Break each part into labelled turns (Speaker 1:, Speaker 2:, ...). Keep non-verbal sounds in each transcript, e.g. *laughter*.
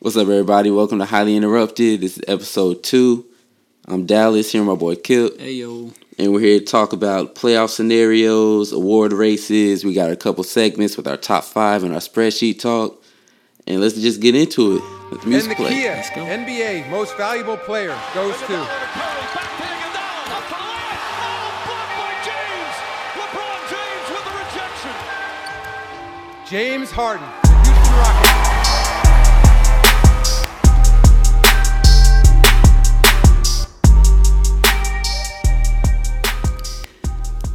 Speaker 1: What's up, everybody? Welcome to Highly Interrupted. This is episode two. I'm Dallas, here my boy Kip,
Speaker 2: Hey yo,
Speaker 1: and we're here to talk about playoff scenarios, award races. We got a couple segments with our top five and our spreadsheet talk. And let's just get into it. Let the
Speaker 3: And the
Speaker 1: music
Speaker 3: key,
Speaker 1: play.
Speaker 2: go.
Speaker 3: NBA most valuable player goes to. Oh, James Harden, the Houston Rockets.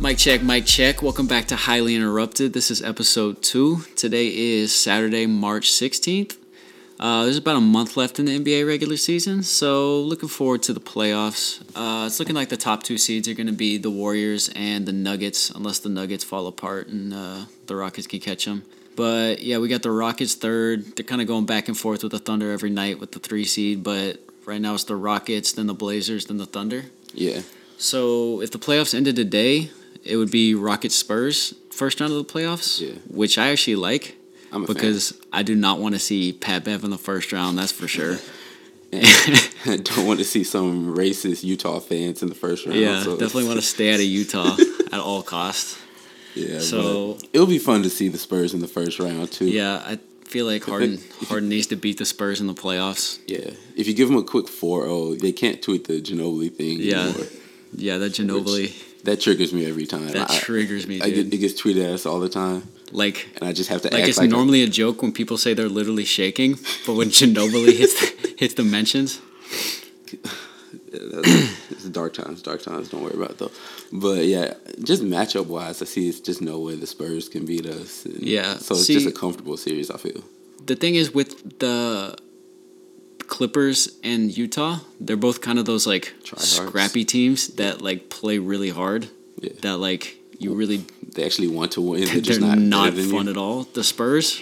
Speaker 2: mic check, mic check. Welcome back to Highly Interrupted. This is episode two. Today is Saturday, March sixteenth. Uh, there's about a month left in the NBA regular season, so looking forward to the playoffs. Uh, it's looking like the top two seeds are going to be the Warriors and the Nuggets, unless the Nuggets fall apart and uh, the Rockets can catch them. But yeah, we got the Rockets third. They're kind of going back and forth with the Thunder every night with the three seed, but right now it's the Rockets, then the Blazers, then the Thunder.
Speaker 1: Yeah.
Speaker 2: So if the playoffs ended today, it would be Rockets Spurs first round of the playoffs,
Speaker 1: Yeah.
Speaker 2: which I actually like
Speaker 1: I'm a
Speaker 2: because I do not want to see Pat Bev in the first round. That's
Speaker 1: *laughs*
Speaker 2: for sure.
Speaker 1: fan. *laughs* I don't want to see some racist Utah fans in the first round.
Speaker 2: yeah,
Speaker 1: so-
Speaker 2: definitely want to stay out of Utah at all costs.
Speaker 1: *laughs* Yeah,
Speaker 2: So-
Speaker 1: but it'll be fun to see the Spurs in the first round too.
Speaker 2: Yeah, I feel like Harden Harden needs to beat the Spurs in the playoffs.
Speaker 1: Yeah. If you give them a quick 4-0, they can't tweet the Ginobili thing
Speaker 2: Yeah.
Speaker 1: anymore.
Speaker 2: Yeah, that Ginobili
Speaker 1: That triggers me every time.
Speaker 2: that
Speaker 1: I-
Speaker 2: triggers me,
Speaker 1: I get,
Speaker 2: dude.
Speaker 1: it gets tweeted at us all the time,
Speaker 2: like
Speaker 1: and I just have to
Speaker 2: like
Speaker 1: act
Speaker 2: it's
Speaker 1: like
Speaker 2: normally a joke when people say they're literally shaking, but when *laughs* Ginobili hits the, hits the mentions,
Speaker 1: it's dark times. Dark times. Don't worry about it, though. But yeah, just matchup wise, I see it's just no way the Spurs can beat us. And
Speaker 2: Yeah,
Speaker 1: so it's
Speaker 2: see-
Speaker 1: just a comfortable series. I feel.
Speaker 2: the thing is with the Clippers and Utah, they're both kind of those like
Speaker 1: Tryhards.
Speaker 2: scrappy teams that like play really hard.
Speaker 1: Yeah.
Speaker 2: That like you really
Speaker 1: They actually want to win.
Speaker 2: *laughs*
Speaker 1: They're
Speaker 2: they're
Speaker 1: just
Speaker 2: not,
Speaker 1: not, better than
Speaker 2: fun
Speaker 1: you.
Speaker 2: at all. The Spurs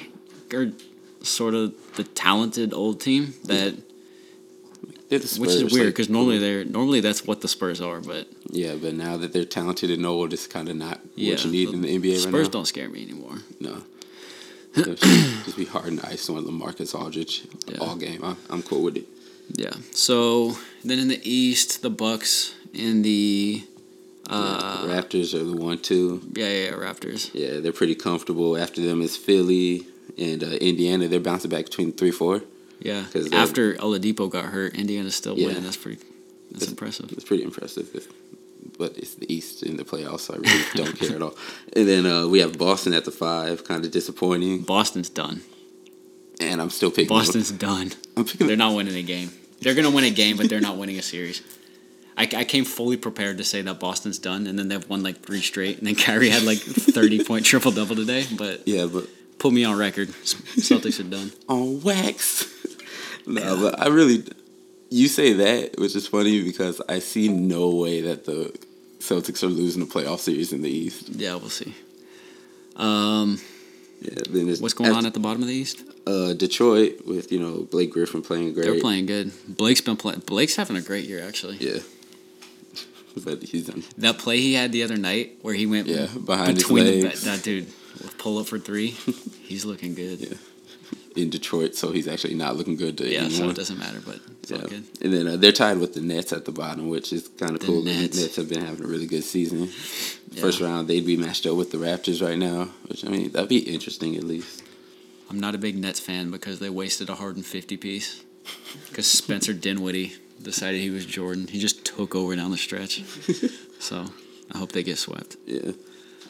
Speaker 2: are sort of the talented old team that
Speaker 1: They're the Spurs,
Speaker 2: which is weird
Speaker 1: like-
Speaker 2: because normally they're normally that's what the Spurs are, but
Speaker 1: yeah, but now that they're talented and old, it's kind of not
Speaker 2: yeah,
Speaker 1: what you need in the NBA
Speaker 2: Spurs
Speaker 1: right now.
Speaker 2: don't scare me anymore. *clears throat*
Speaker 1: No. They'll just just be hard and ice on Lamarcus Aldridge
Speaker 2: Yeah.
Speaker 1: all game. I, I'm cool with it.
Speaker 2: Yeah. So then in the East, the Bucks and the uh,
Speaker 1: Raptors are the one two.
Speaker 2: yeah yeah, yeah Raptors.
Speaker 1: Yeah, they're pretty comfortable. After them is Philly and uh, Indiana. They're bouncing back between three four.
Speaker 2: Yeah.
Speaker 1: 'Cause they're-
Speaker 2: After Oladipo got hurt, Indiana's still
Speaker 1: Yeah.
Speaker 2: winning. That's pretty. That's impressive.
Speaker 1: It's pretty impressive. If, but it's the East in the playoffs, so I
Speaker 2: *laughs*
Speaker 1: really don't care at all. And then uh, we have Boston at the five, kind of disappointing.
Speaker 2: Boston's done.
Speaker 1: And I'm still picking them.
Speaker 2: Boston's done.
Speaker 1: I'm picking
Speaker 2: They're not winning a game. They're gonna win a game, but they're not *laughs* winning a series. I, I came fully prepared to say that Boston's done, and then they've won like three straight, and then Kyrie had like thirty point triple double today. But
Speaker 1: Yeah, but
Speaker 2: put me on record, Celtics are done.
Speaker 1: on wax. *laughs* no, but I really. You say that, which is funny because I see no way that the Celtics are losing the playoff series in the East.
Speaker 2: Yeah, we'll see. Um,
Speaker 1: Yeah, then it's
Speaker 2: what's going on at the bottom of the East?
Speaker 1: uh, Detroit with you know Blake Griffin playing great.
Speaker 2: They're playing good. Blake's been playing. Blake's having a great year actually.
Speaker 1: Yeah. *laughs* But he's done.
Speaker 2: That play he had the other night where he went
Speaker 1: Yeah, behind his
Speaker 2: between the-
Speaker 1: legs.
Speaker 2: that, that dude with pull up for
Speaker 1: *laughs*
Speaker 2: three, he's looking good. Yeah,
Speaker 1: in Detroit, so he's actually not looking good to
Speaker 2: so
Speaker 1: anyone.
Speaker 2: it doesn't matter, but it's
Speaker 1: Yeah.
Speaker 2: all good.
Speaker 1: And then uh, they're tied with the Nets at the bottom, which is kind of
Speaker 2: The
Speaker 1: cool.
Speaker 2: Nets.
Speaker 1: The Nets have been having a really good season.
Speaker 2: Yeah.
Speaker 1: First round, they'd be matched up with the Raptors right now, which I mean that'd be interesting at
Speaker 2: *laughs*
Speaker 1: least.
Speaker 2: I'm not a big Nets fan because they wasted a Harden 50 piece because Spencer Dinwiddie decided he was Jordan. He just took over down the stretch. so I hope they get swept.
Speaker 1: Yeah,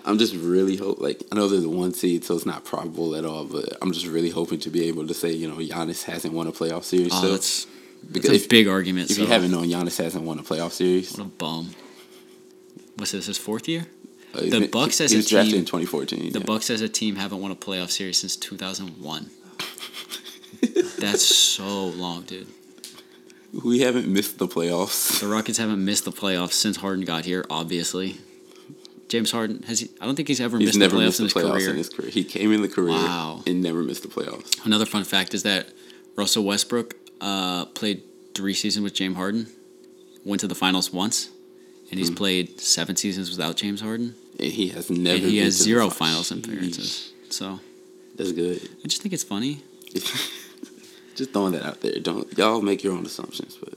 Speaker 1: I'm just really hope like I know they're the one seed, so it's not probable at all. But I'm just really hoping to be able to say you know Giannis hasn't won a playoff series.
Speaker 2: Oh,
Speaker 1: so
Speaker 2: that's, that's
Speaker 1: because
Speaker 2: a
Speaker 1: if,
Speaker 2: big argument.
Speaker 1: if
Speaker 2: so.
Speaker 1: you haven't known, Giannis hasn't won a playoff series.
Speaker 2: what a bum. What's this? His fourth year?
Speaker 1: Uh, he's
Speaker 2: The
Speaker 1: been-
Speaker 2: Bucks
Speaker 1: he,
Speaker 2: as
Speaker 1: he
Speaker 2: a
Speaker 1: was drafted
Speaker 2: team-
Speaker 1: in 2014.
Speaker 2: The
Speaker 1: yeah.
Speaker 2: Bucks as a team haven't won a playoff series
Speaker 1: *laughs*
Speaker 2: since 2001. That's so long, dude.
Speaker 1: We haven't missed the playoffs.
Speaker 2: The Rockets haven't missed the playoffs since Harden got here, obviously. James Harden has he I don't think he's ever
Speaker 1: He's
Speaker 2: missed
Speaker 1: never
Speaker 2: the playoffs
Speaker 1: missed the
Speaker 2: in his
Speaker 1: playoffs
Speaker 2: career.
Speaker 1: in his career. He came in the career
Speaker 2: Wow.
Speaker 1: and never missed the playoffs.
Speaker 2: Another fun fact is that Russell Westbrook uh, played three seasons with James Harden, went to the finals once, and
Speaker 1: Hmm.
Speaker 2: he's played seven seasons without James Harden.
Speaker 1: And he has never.
Speaker 2: And he
Speaker 1: been
Speaker 2: has
Speaker 1: to the
Speaker 2: zero
Speaker 1: fi-
Speaker 2: finals
Speaker 1: Jeez.
Speaker 2: appearances. So
Speaker 1: That's good. *laughs*
Speaker 2: I just think it's funny.
Speaker 1: Just throwing that out there. Don't y'all make your own assumptions,
Speaker 2: *clears throat*
Speaker 1: but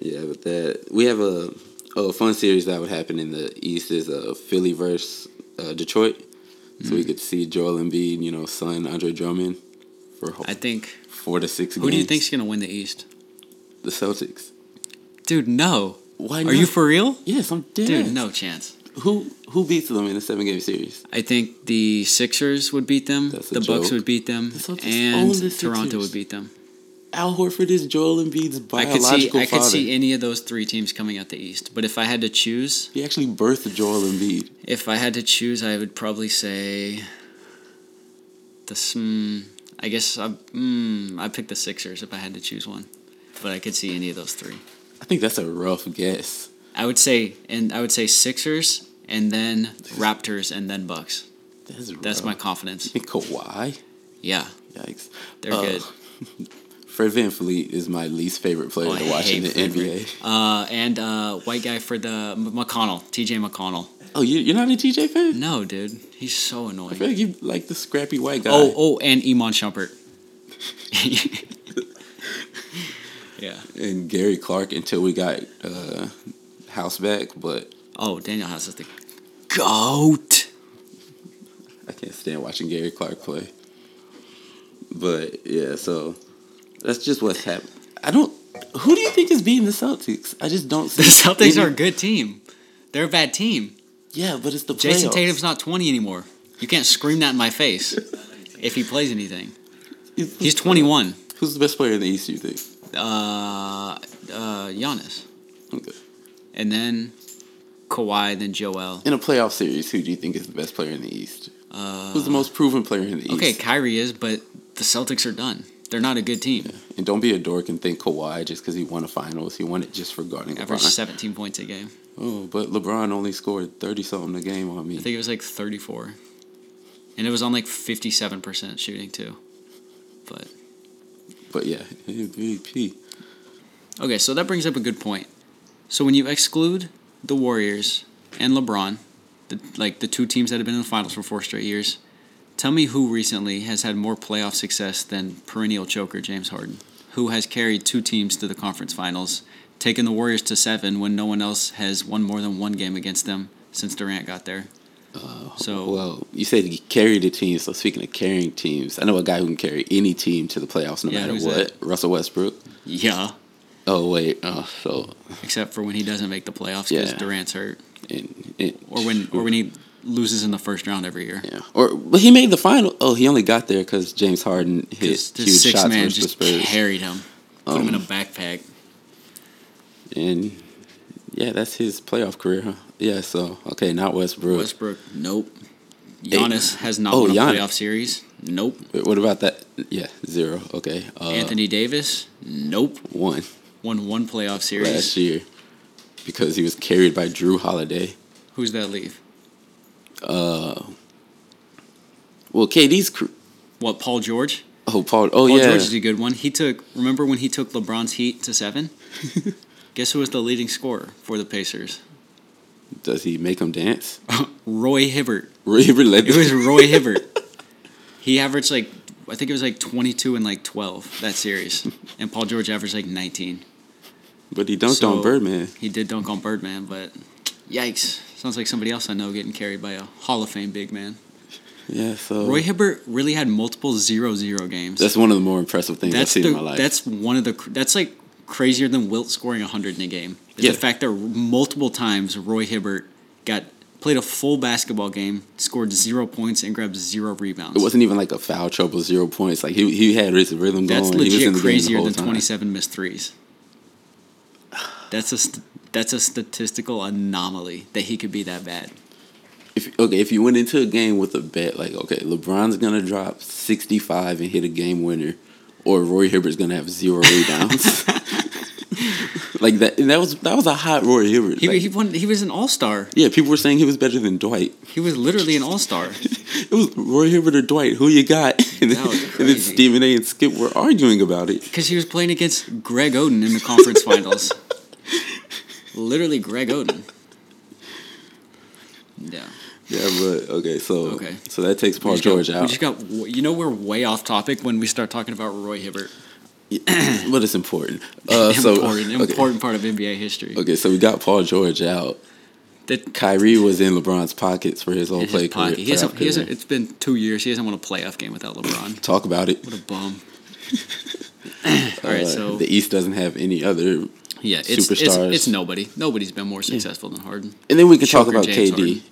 Speaker 1: yeah, but that we have a a fun series that would happen in the East is a Philly versus uh, Detroit, so
Speaker 2: Hmm.
Speaker 1: we could see Joel Embiid, you know, son Andre Drummond for ho-
Speaker 2: I think.
Speaker 1: four to six.
Speaker 2: Who do you
Speaker 1: games.
Speaker 2: think's gonna win the East?
Speaker 1: the Celtics?
Speaker 2: Dude, no.
Speaker 1: Why
Speaker 2: Are you
Speaker 1: not?
Speaker 2: for real?
Speaker 1: Yes, I'm dead.
Speaker 2: Dude, no chance.
Speaker 1: Who who beats them in a seven game series?
Speaker 2: I think the Sixers would beat them.
Speaker 1: That's a
Speaker 2: the Bucks
Speaker 1: joke.
Speaker 2: would beat them,
Speaker 1: The Celtics own
Speaker 2: and
Speaker 1: the
Speaker 2: Toronto
Speaker 1: Sixers.
Speaker 2: would beat them.
Speaker 1: Al Horford is Joel Embiid's
Speaker 2: I
Speaker 1: biological
Speaker 2: could see.
Speaker 1: father.
Speaker 2: I could see any of those three teams coming out the East. But if I had to choose,
Speaker 1: He actually birthed Joel Embiid.
Speaker 2: If I had to choose, I would probably say the. Mm, I guess I mm, I pick the Sixers if I had to choose one, but I could see any of those three.
Speaker 1: I think that's a rough guess.
Speaker 2: I would say and I would say Sixers and then Raptors and then Bucks.
Speaker 1: That's,
Speaker 2: That's
Speaker 1: rough.
Speaker 2: my confidence.
Speaker 1: I think Kawhi.
Speaker 2: Yeah,
Speaker 1: Yikes. Uh,
Speaker 2: they're good.
Speaker 1: *laughs* Fred Van Fleet is my least favorite player
Speaker 2: Oh, I
Speaker 1: to watch in the
Speaker 2: hate Fred
Speaker 1: NBA.
Speaker 2: Uh, and uh, white guy for the M- McConnell, T.J. McConnell.
Speaker 1: Oh, you, you're not a TJ fan?
Speaker 2: No, dude, he's so
Speaker 1: I feel
Speaker 2: annoying.
Speaker 1: like you like the scrappy white guy.
Speaker 2: Oh, oh, and Iman Shumpert. yeah.
Speaker 1: And Gary Clark until we got uh, House back, but
Speaker 2: Oh, Daniel House is the goat. *laughs*
Speaker 1: I can't stand watching Gary Clark play. But yeah, so that's just what's happened. I don't. Who do you think is beating the Celtics? I just don't.
Speaker 2: The
Speaker 1: See
Speaker 2: Celtics
Speaker 1: any-
Speaker 2: are a good team. They're a bad team.
Speaker 1: Yeah, but it's the
Speaker 2: Jason
Speaker 1: playoffs.
Speaker 2: Tatum's not 20 anymore. You can't scream that in my face if he plays anything.
Speaker 1: It's the
Speaker 2: He's 21.
Speaker 1: Who's the best player in the East? You think?
Speaker 2: Uh, uh, Giannis.
Speaker 1: Okay.
Speaker 2: And then Kawhi, then Joel.
Speaker 1: In a playoff series, who do you think is the best player in the East?
Speaker 2: Uh,
Speaker 1: Who's the most proven player in the East?
Speaker 2: okay, Kyrie is, but the Celtics are done. They're not a good team.
Speaker 1: And don't be a dork and think Kawhi just because he won a finals. He won it just for guarding
Speaker 2: Average
Speaker 1: LeBron.
Speaker 2: 17 points a game.
Speaker 1: Oh, but LeBron only scored 30 something a game on me.
Speaker 2: I think it was like 34. And it was on like 57% shooting, too. But
Speaker 1: but yeah, MVP.
Speaker 2: Okay, so that brings up a good point. So when you exclude the Warriors and LeBron, the, like the two teams that have been in the finals for four straight years, tell me who recently has had more playoff success than perennial choker James Harden, who has carried two teams to the conference finals, taken the Warriors to seven when no one else has won more than one game against them since Durant got there. so
Speaker 1: Oh, Well, you said he carried a team. So speaking of carrying teams, I know a guy who can carry any team to the playoffs no
Speaker 2: Yeah,
Speaker 1: matter
Speaker 2: who's
Speaker 1: what. Russell Westbrook.
Speaker 2: yeah,
Speaker 1: Oh wait, uh, so
Speaker 2: except for when he doesn't make the playoffs because
Speaker 1: Yeah.
Speaker 2: Durant's hurt,
Speaker 1: and, and-
Speaker 2: or when or when he loses in the first round every year.
Speaker 1: yeah, or but he made the final. Oh, he only got there because James Harden hit
Speaker 2: His,
Speaker 1: huge
Speaker 2: his six
Speaker 1: shots
Speaker 2: man
Speaker 1: versus the
Speaker 2: just
Speaker 1: Spurs. Um,
Speaker 2: carried him, put him in a backpack.
Speaker 1: And yeah, that's his playoff career, huh? Yeah, so okay, not Westbrook.
Speaker 2: Westbrook, nope. Giannis has not
Speaker 1: Oh,
Speaker 2: won a
Speaker 1: Giannis.
Speaker 2: playoff series. Nope.
Speaker 1: Wait, What about that? Yeah, zero. Okay. Uh,
Speaker 2: Anthony Davis, nope.
Speaker 1: one
Speaker 2: Won one playoff
Speaker 1: last
Speaker 2: series.
Speaker 1: year because he was carried by Drew Holiday.
Speaker 2: Who's that leave?
Speaker 1: Well, KD's. Cr-
Speaker 2: What Paul George?
Speaker 1: oh, Paul. Oh,
Speaker 2: Paul
Speaker 1: yeah.
Speaker 2: George is a good one. He took. Remember when he took LeBron's Heat
Speaker 1: *laughs*
Speaker 2: to seven? Guess who was the leading scorer for the Pacers?
Speaker 1: Does he make him dance? *laughs*
Speaker 2: Roy Hibbert.
Speaker 1: Really? Let-
Speaker 2: It
Speaker 1: *laughs*
Speaker 2: was Roy Hibbert. He averaged like I think it was like twenty two and like twelve that series, and Paul George averaged like nineteen.
Speaker 1: but he dunked
Speaker 2: So-
Speaker 1: on Birdman.
Speaker 2: He did dunk on Birdman, but yikes. Sounds like somebody else I know getting carried by a Hall of Fame big man.
Speaker 1: Yeah, so.
Speaker 2: Roy Hibbert really had multiple 0 0 games.
Speaker 1: Oh. that's one of the more impressive things I've
Speaker 2: That's
Speaker 1: seen
Speaker 2: the,
Speaker 1: in my life.
Speaker 2: That's one of the. cr- That's like crazier than Wilt scoring 100 in a game. Is
Speaker 1: Yeah.
Speaker 2: The fact that multiple times Roy Hibbert got played a full basketball game, scored zero points, and grabbed zero rebounds.
Speaker 1: it wasn't even like a foul trouble, zero points. Like he he had his rhythm
Speaker 2: that's
Speaker 1: going. Oh, he was in
Speaker 2: legit
Speaker 1: the game the
Speaker 2: crazier
Speaker 1: whole
Speaker 2: than
Speaker 1: time.
Speaker 2: 27 missed threes. That's a st- that's a statistical anomaly that he could be that bad.
Speaker 1: If okay, if you went into a game with a bet like okay, LeBron's gonna drop sixty five and hit a game winner, or Roy Hibbert's gonna have zero
Speaker 2: *laughs*
Speaker 1: rebounds. like that, and that was that was a hot Roy Hibbert.
Speaker 2: He,
Speaker 1: Like,
Speaker 2: he, won, he was an all star.
Speaker 1: yeah, people were saying he was better than Dwight.
Speaker 2: He was literally an all star.
Speaker 1: It was Roy Hibbert or Dwight. Who you got? *laughs* And then,
Speaker 2: That was
Speaker 1: and then
Speaker 2: crazy.
Speaker 1: Stephen A. and Skip were arguing about it.
Speaker 2: Because he was playing against Greg Oden in the conference finals. literally Greg Oden. Yeah.
Speaker 1: Yeah, but okay, so
Speaker 2: Okay.
Speaker 1: so that takes Paul
Speaker 2: We just
Speaker 1: George
Speaker 2: got, We
Speaker 1: out.
Speaker 2: just got. w- You know, we're way off topic when we start talking about Roy Hibbert.
Speaker 1: but it's important.
Speaker 2: *laughs*
Speaker 1: Uh, so
Speaker 2: important,
Speaker 1: okay.
Speaker 2: important part of NBA history.
Speaker 1: Okay, so we got Paul George out.
Speaker 2: That
Speaker 1: Kyrie was in LeBron's pockets for his whole
Speaker 2: his
Speaker 1: play
Speaker 2: pocket.
Speaker 1: career.
Speaker 2: He hasn't,
Speaker 1: playoff
Speaker 2: he hasn't,
Speaker 1: career.
Speaker 2: it's been two years. He hasn't won a playoff game without LeBron.
Speaker 1: Talk about it.
Speaker 2: What a
Speaker 1: *laughs*
Speaker 2: bum. All right,
Speaker 1: Uh,
Speaker 2: so
Speaker 1: the East doesn't have any other.
Speaker 2: yeah, it's, it's
Speaker 1: superstars.
Speaker 2: it's nobody. Nobody's been more successful than Harden.
Speaker 1: And then we can talk
Speaker 2: Joker,
Speaker 1: about KD.
Speaker 2: James Harden.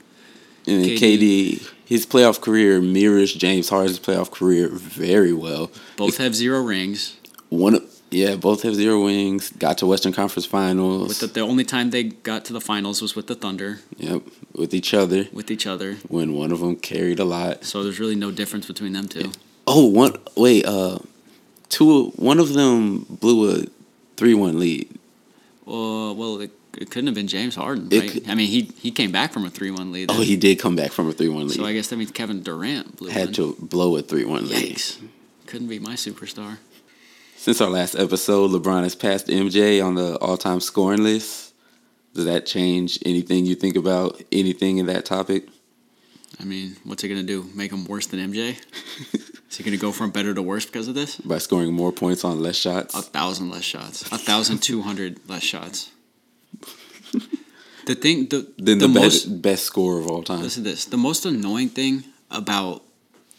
Speaker 1: And
Speaker 2: KD.
Speaker 1: KD. his playoff career mirrors James Harden's playoff career very well.
Speaker 2: Both have zero rings.
Speaker 1: One, of- yeah, both have zero wings. Got to Western Conference Finals.
Speaker 2: With the, the only time they got to the finals was with the Thunder,
Speaker 1: yep, with each other
Speaker 2: with each other.
Speaker 1: when one of them carried a lot.
Speaker 2: So there's really no difference between them two.
Speaker 1: Oh, one wait, uh, two. One of them blew a three-one lead.
Speaker 2: Uh, well, it, it couldn't have been James Harden,
Speaker 1: It
Speaker 2: right?
Speaker 1: could-
Speaker 2: I mean, he he came back from a three-one lead.
Speaker 1: Oh, he did come back from a three-one lead.
Speaker 2: so I guess that means Kevin Durant blew
Speaker 1: had
Speaker 2: one.
Speaker 1: to blow a three-one lead.
Speaker 2: Yikes! Couldn't be my superstar.
Speaker 1: Since our last episode, LeBron has passed MJ on the all-time scoring list. Does that change anything you think about anything in that topic?
Speaker 2: I mean, what's he gonna do? Make him worse than MJ? *laughs* Is he gonna go from better to worse because of this?
Speaker 1: By scoring more points on less shots,
Speaker 2: A thousand less shots. A thousand two hundred less shots. The thing, the
Speaker 1: then the,
Speaker 2: the most
Speaker 1: best best scorer of all time.
Speaker 2: Listen to this. The most annoying thing about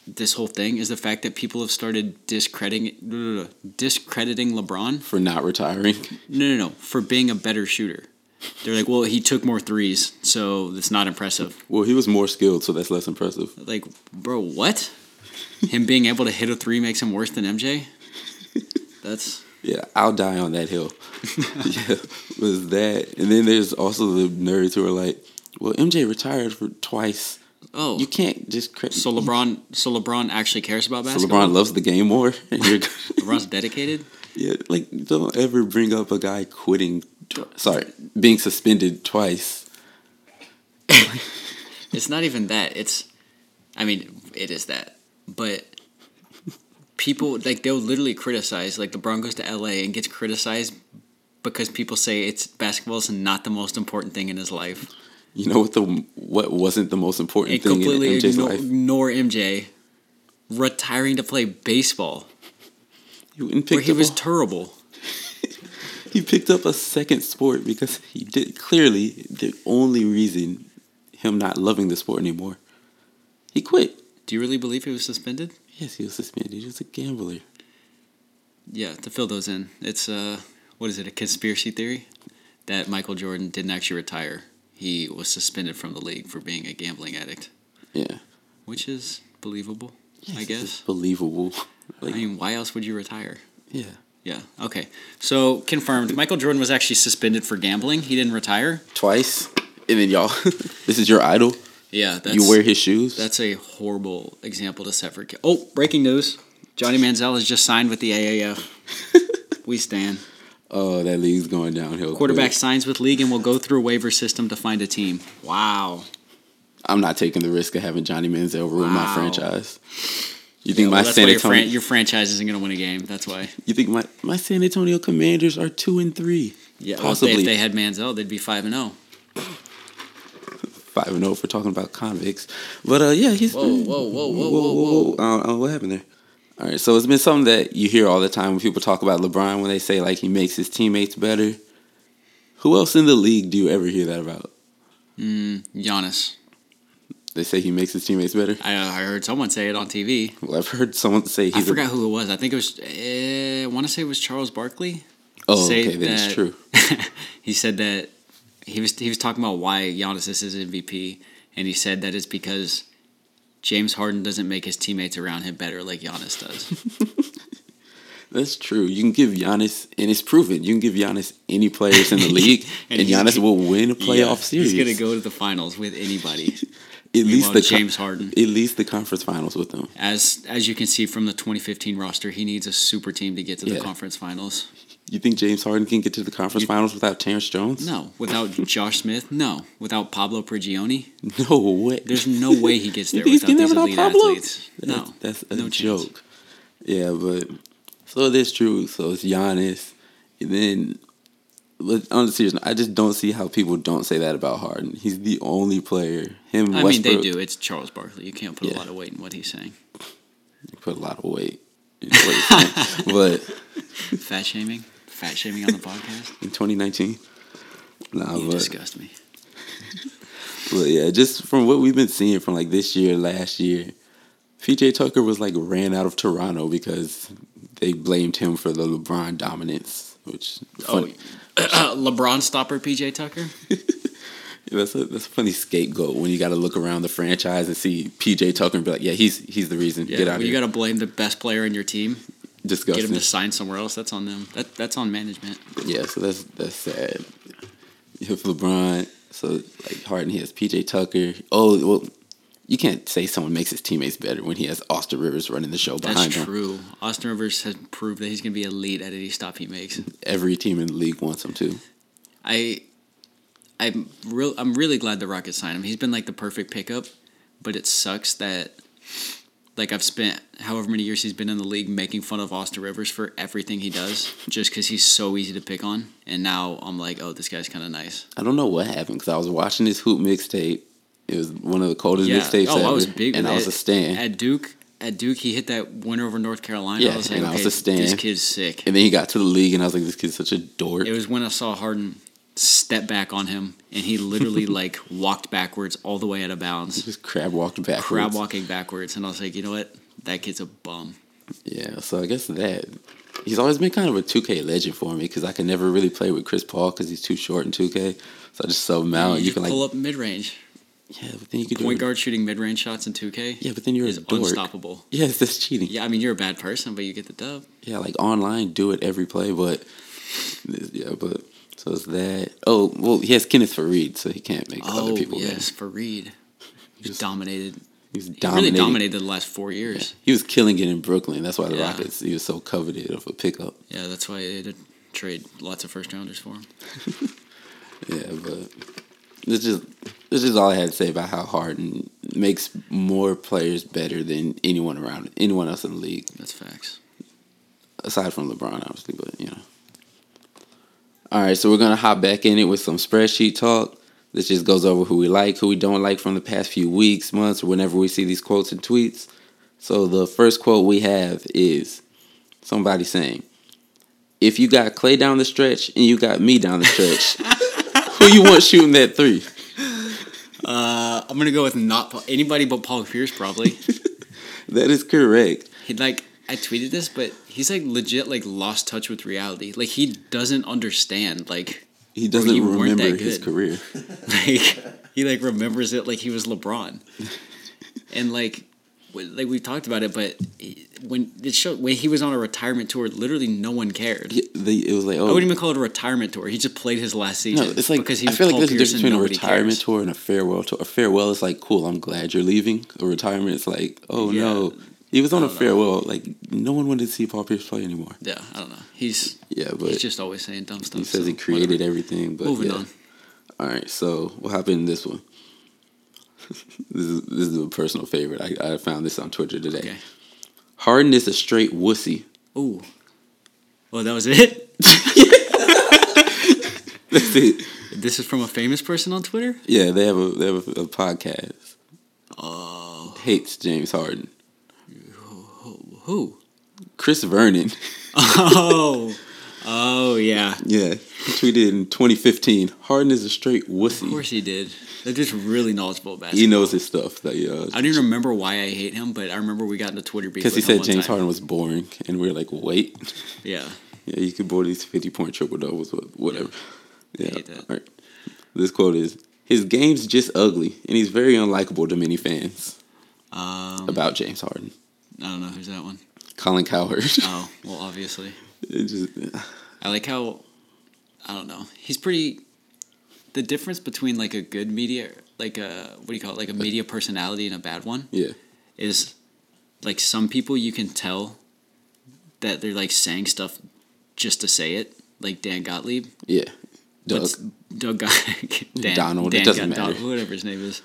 Speaker 2: this whole thing is the fact that people have started discrediting no, no, no, discrediting LeBron.
Speaker 1: for not retiring,
Speaker 2: No, no, no, for being a better shooter. They're like, well, he took more threes, so it's not impressive.
Speaker 1: well, he was more skilled, so that's less impressive.
Speaker 2: Like, bro, what? Him being able to hit a three makes him worse than MJ. That's
Speaker 1: Yeah, I'll die on that hill. *laughs* yeah, was that? And then there's also the nerds who are like, "Well, MJ retired for twice.
Speaker 2: oh.
Speaker 1: You can't just cra-
Speaker 2: so LeBron, so LeBron actually cares about
Speaker 1: So
Speaker 2: basketball.
Speaker 1: LeBron loves the game
Speaker 2: *laughs*
Speaker 1: more. *laughs* And you're,
Speaker 2: LeBron's dedicated.
Speaker 1: *laughs* yeah, like don't ever bring up a guy quitting. Tw- sorry, being suspended twice.
Speaker 2: It's not even that. It's, I mean, it is that. But people like they'll literally criticize. Like LeBron goes to LA and gets criticized because people say it's basketball is not the most important thing in his life.
Speaker 1: You know what the what wasn't the most important
Speaker 2: And
Speaker 1: thing in
Speaker 2: completely
Speaker 1: MJ's
Speaker 2: ignore,
Speaker 1: life?
Speaker 2: ignore MJ retiring to play baseball
Speaker 1: He wouldn't
Speaker 2: where
Speaker 1: pick
Speaker 2: he
Speaker 1: the
Speaker 2: was
Speaker 1: ball.
Speaker 2: terrible.
Speaker 1: he picked up a second sport because he did clearly the only reason him not loving the sport anymore. He quit.
Speaker 2: Do you really believe he was suspended?
Speaker 1: Yes, he was suspended. He was a gambler.
Speaker 2: Yeah, to fill those in, it's uh, what is it? A conspiracy theory that Michael Jordan didn't actually retire. He was suspended from the league for being a gambling addict.
Speaker 1: Yeah.
Speaker 2: which is believable, I
Speaker 1: Yes, It's
Speaker 2: guess.
Speaker 1: just believable.
Speaker 2: I
Speaker 1: Like,
Speaker 2: mean, why else would you retire?
Speaker 1: yeah.
Speaker 2: Yeah. Okay. So confirmed. Michael Jordan was actually suspended for gambling. He didn't retire.
Speaker 1: Twice. And then
Speaker 2: *laughs*
Speaker 1: y'all, this is your idol.
Speaker 2: Yeah. That's,
Speaker 1: you wear his shoes.
Speaker 2: That's a horrible example to set for. ki- Oh, breaking news! Johnny Manziel has just signed with
Speaker 1: *laughs*
Speaker 2: the AAF. we stand.
Speaker 1: oh, that league's going downhill. quick.
Speaker 2: Quarterback signs with league and will go through waiver system to find a team. Wow.
Speaker 1: I'm not taking the risk of having Johnny Manziel ruin
Speaker 2: Wow.
Speaker 1: my franchise. You think my
Speaker 2: that's
Speaker 1: San
Speaker 2: why your,
Speaker 1: Antonio?
Speaker 2: fran- your franchise isn't going to win a game. That's why.
Speaker 1: you think my, my San Antonio Commanders are two and three?
Speaker 2: Yeah. well, if they-
Speaker 1: possibly
Speaker 2: if they had Manziel, they'd be five and oh. zero.
Speaker 1: five and zero for talking about convicts. But uh, yeah, he's
Speaker 2: Whoa, whoa, whoa, whoa, whoa, whoa.
Speaker 1: Uh, uh, what happened there? All right, so it's been something that you hear all the time when people talk about LeBron when they say like he makes his teammates better. Who else in the league do you ever hear that about?
Speaker 2: Giannis.
Speaker 1: They say he makes his teammates better.
Speaker 2: I, uh, I heard someone say it on TV.
Speaker 1: Well, I've heard someone say
Speaker 2: I
Speaker 1: he's.
Speaker 2: forgot who it was. I think it was. Uh, I want to say it was Charles Barkley.
Speaker 1: A, oh,
Speaker 2: say
Speaker 1: okay, then
Speaker 2: that-
Speaker 1: it's true.
Speaker 2: *laughs* he said that he was he was talking about why Giannis is his MVP, and he said that it's because James Harden doesn't make his teammates around him better like Giannis does.
Speaker 1: That's true. You can give Giannis, and it's proven. You can give Giannis any players in
Speaker 2: *laughs*
Speaker 1: the league,
Speaker 2: And
Speaker 1: and,
Speaker 2: he's-
Speaker 1: Giannis will win a *laughs* playoff
Speaker 2: Yeah,
Speaker 1: series.
Speaker 2: He's gonna go to the finals with anybody.
Speaker 1: at least
Speaker 2: Meanwhile,
Speaker 1: the con-
Speaker 2: James Harden.
Speaker 1: At least the conference finals with them.
Speaker 2: As as you can see from the 2015 roster, he needs a super team to get to the
Speaker 1: Yeah.
Speaker 2: conference finals.
Speaker 1: You think James Harden can get to the conference finals without Terrence Jones?
Speaker 2: No, without Josh Smith, no, without Pablo Prigioni,
Speaker 1: *laughs* No way.
Speaker 2: There's no way he gets
Speaker 1: You
Speaker 2: there
Speaker 1: think *laughs* he's getting
Speaker 2: without
Speaker 1: there
Speaker 2: these
Speaker 1: without
Speaker 2: elite
Speaker 1: Pablo?
Speaker 2: athletes.
Speaker 1: That's-
Speaker 2: No,
Speaker 1: that's a
Speaker 2: no chance.
Speaker 1: joke. Yeah, but so it is true. So it's Giannis, and then but on a serious note, I just don't see how people don't say that about Harden. He's the only player. Him,
Speaker 2: I mean,
Speaker 1: Westbrook.
Speaker 2: they do. It's Charles Barkley. You can't put a
Speaker 1: Yeah.
Speaker 2: lot of weight in what he's saying.
Speaker 1: You put a lot of weight. into what you're
Speaker 2: *laughs*
Speaker 1: saying. but
Speaker 2: Fat shaming. Fat shaming on the
Speaker 1: *laughs*
Speaker 2: podcast.
Speaker 1: in 2019, nah,
Speaker 2: You
Speaker 1: but,
Speaker 2: disgust me.
Speaker 1: but yeah, just from what we've been seeing from like this year, last year, PJ Tucker was like ran out of Toronto because they blamed him for the LeBron dominance, which
Speaker 2: Oh,
Speaker 1: funny,
Speaker 2: LeBron stopper PJ Tucker.
Speaker 1: that's a that's a funny scapegoat when you got to look around the franchise and see PJ Tucker and be like, yeah, he's he's the reason.
Speaker 2: Yeah,
Speaker 1: Get out
Speaker 2: well,
Speaker 1: of
Speaker 2: you
Speaker 1: here.
Speaker 2: got to blame the best player in your team. Get
Speaker 1: Disgusting.
Speaker 2: him to sign somewhere else. That's on them. That that's on management.
Speaker 1: Yeah, so that's that's sad. If LeBron, so like Harden, he has PJ Tucker. Oh well, you can't say someone makes his teammates better when he has Austin Rivers running the show
Speaker 2: That's
Speaker 1: behind him.
Speaker 2: true. Austin Rivers has proved that he's going to be elite at any stop he makes.
Speaker 1: Every team in the league wants him to.
Speaker 2: I, I'm real. I'm really glad the Rockets signed him. He's been like the perfect pickup, but it sucks that, like, I've spent however many years he's been in the league making fun of Austin Rivers for everything he does, just because he's so easy to pick on. And now I'm like, oh, this guy's kind of nice.
Speaker 1: I don't know what happened because I was watching his hoop mixtape. It was one of the coldest
Speaker 2: Yeah.
Speaker 1: mixtapes
Speaker 2: Oh,
Speaker 1: ever,
Speaker 2: I was big.
Speaker 1: and
Speaker 2: with
Speaker 1: I was
Speaker 2: it.
Speaker 1: a stan.
Speaker 2: at Duke. At Duke, he hit that winner over North Carolina.
Speaker 1: Yeah,
Speaker 2: I was like,
Speaker 1: and I was
Speaker 2: okay,
Speaker 1: a stan.
Speaker 2: this kid's sick.
Speaker 1: and then he got to the league, and I was like, "This kid's such a dork."
Speaker 2: It was when I saw Harden step back on him, and
Speaker 1: *laughs*
Speaker 2: he literally like walked backwards all the way out of bounds,
Speaker 1: Just crab walked backwards.
Speaker 2: crab walking backwards, and I was like, you know what? That kid's a bum.
Speaker 1: Yeah, so I guess that he's always been kind of a 2K legend for me because I can never really play with Chris Paul because he's too short in 2K. So I just sub him out.
Speaker 2: Oh, you
Speaker 1: and You can like
Speaker 2: pull up mid range,
Speaker 1: yeah, but then you can do
Speaker 2: point guard shooting mid range shots in 2K.
Speaker 1: Yeah, but then you're a
Speaker 2: is
Speaker 1: dork.
Speaker 2: unstoppable.
Speaker 1: *laughs* Yes, that's cheating. Yeah.
Speaker 2: Yeah, I mean you're a bad person, but you get the dub.
Speaker 1: like online, do it every play, but yeah, but so it's that. Oh well, he has Kenneth Farid, so he can't make
Speaker 2: Oh
Speaker 1: other people. mad.
Speaker 2: yes, for Reed, he
Speaker 1: Just
Speaker 2: dominated.
Speaker 1: He's
Speaker 2: He really
Speaker 1: dominating.
Speaker 2: dominated the last four years.
Speaker 1: He was killing it in Brooklyn. That's why the
Speaker 2: Yeah.
Speaker 1: Rockets. He was so coveted of a pickup.
Speaker 2: Yeah, that's why they did trade lots of first rounders for him.
Speaker 1: Yeah, but this just this is all I had to say about how Harden makes more players better than anyone around anyone else in the league
Speaker 2: That's facts.
Speaker 1: aside from LeBron, obviously. But you know, all right, so we're gonna hop back in it with some spreadsheet talk. This just goes over who we like, who we don't like from the past few weeks, months, or whenever we see these quotes and tweets. So the first quote we have is somebody saying, "If you got Clay down the stretch and you got me down the
Speaker 2: *laughs*
Speaker 1: stretch, who you want shooting that three?
Speaker 2: Uh, I'm gonna go with not Paul, anybody but Paul Pierce *laughs* probably.
Speaker 1: That is correct.
Speaker 2: he like I tweeted this, but he's like legit like lost touch with reality. Like he doesn't understand. Like
Speaker 1: He
Speaker 2: Bro,
Speaker 1: doesn't
Speaker 2: you weren't
Speaker 1: remember
Speaker 2: that
Speaker 1: his
Speaker 2: good.
Speaker 1: career.
Speaker 2: like he like remembers it like he was LeBron, and like w- like we've talked about it, but he- when it showed when he was on a retirement tour, literally no one cared.
Speaker 1: He- they- it was like,
Speaker 2: I
Speaker 1: oh,
Speaker 2: wouldn't even call it a retirement tour. He just played his last
Speaker 1: No,
Speaker 2: season.
Speaker 1: it's like
Speaker 2: because he
Speaker 1: I
Speaker 2: was
Speaker 1: feel like
Speaker 2: Paul
Speaker 1: there's a
Speaker 2: Pierce
Speaker 1: difference
Speaker 2: and
Speaker 1: between a
Speaker 2: nobody
Speaker 1: retirement
Speaker 2: cares.
Speaker 1: tour and a farewell tour. A farewell is like, cool, I'm glad you're leaving. A retirement is like, oh
Speaker 2: Yeah.
Speaker 1: no, he was on
Speaker 2: I
Speaker 1: a
Speaker 2: don't know.
Speaker 1: farewell. Like no one wanted to see Paul Pierce play anymore.
Speaker 2: Yeah, I don't know. He's
Speaker 1: Yeah, but
Speaker 2: he's just always saying dumb stuff.
Speaker 1: he says
Speaker 2: so
Speaker 1: he created
Speaker 2: whatever.
Speaker 1: everything. But
Speaker 2: Moving
Speaker 1: yeah.
Speaker 2: on.
Speaker 1: All right, so what happened in this one? *laughs* this is this is a personal favorite. I, I found this on Twitter today.
Speaker 2: Okay.
Speaker 1: Harden is a straight wussy. *laughs*
Speaker 2: Ooh. Well, that was it.
Speaker 1: That's it.
Speaker 2: This is from a famous person on Twitter.
Speaker 1: Yeah, they have a they have a, a podcast.
Speaker 2: Oh,
Speaker 1: Hates James Harden.
Speaker 2: who?
Speaker 1: Chris Vernon. *laughs*
Speaker 2: Oh, oh yeah.
Speaker 1: Yeah, he tweeted in 2015. Harden is a straight
Speaker 2: Of
Speaker 1: wussy.
Speaker 2: course he did. That dude's really knowledgeable about
Speaker 1: He
Speaker 2: basketball.
Speaker 1: knows his stuff. Like, uh,
Speaker 2: I don't even remember why I hate him, but I remember we got into Twitter beef
Speaker 1: because he
Speaker 2: with him
Speaker 1: said
Speaker 2: one
Speaker 1: James
Speaker 2: time.
Speaker 1: Harden was boring, and we were like, wait, *laughs*
Speaker 2: Yeah,
Speaker 1: yeah, you could board these 50 point triple doubles, wha- whatever. Yeah,
Speaker 2: hate that.
Speaker 1: all right. This quote is his game's just ugly, and he's very unlikable to many fans.
Speaker 2: um,
Speaker 1: About James Harden,
Speaker 2: I don't know who's that one.
Speaker 1: Colin Cowherd.
Speaker 2: Oh, well, obviously.
Speaker 1: *laughs* it just,
Speaker 2: I like how I don't know. He's pretty. The difference between like a good media, like a what do you call it, like a media personality and a bad one,
Speaker 1: yeah,
Speaker 2: is like some people you can tell that they're like saying stuff just to say it, like Dan Gottlieb.
Speaker 1: yeah. Doug,
Speaker 2: What's- Doug Got- *laughs* Dan,
Speaker 1: Donald, it
Speaker 2: Dan
Speaker 1: doesn't
Speaker 2: Got- Don-
Speaker 1: matter.
Speaker 2: whatever his name is.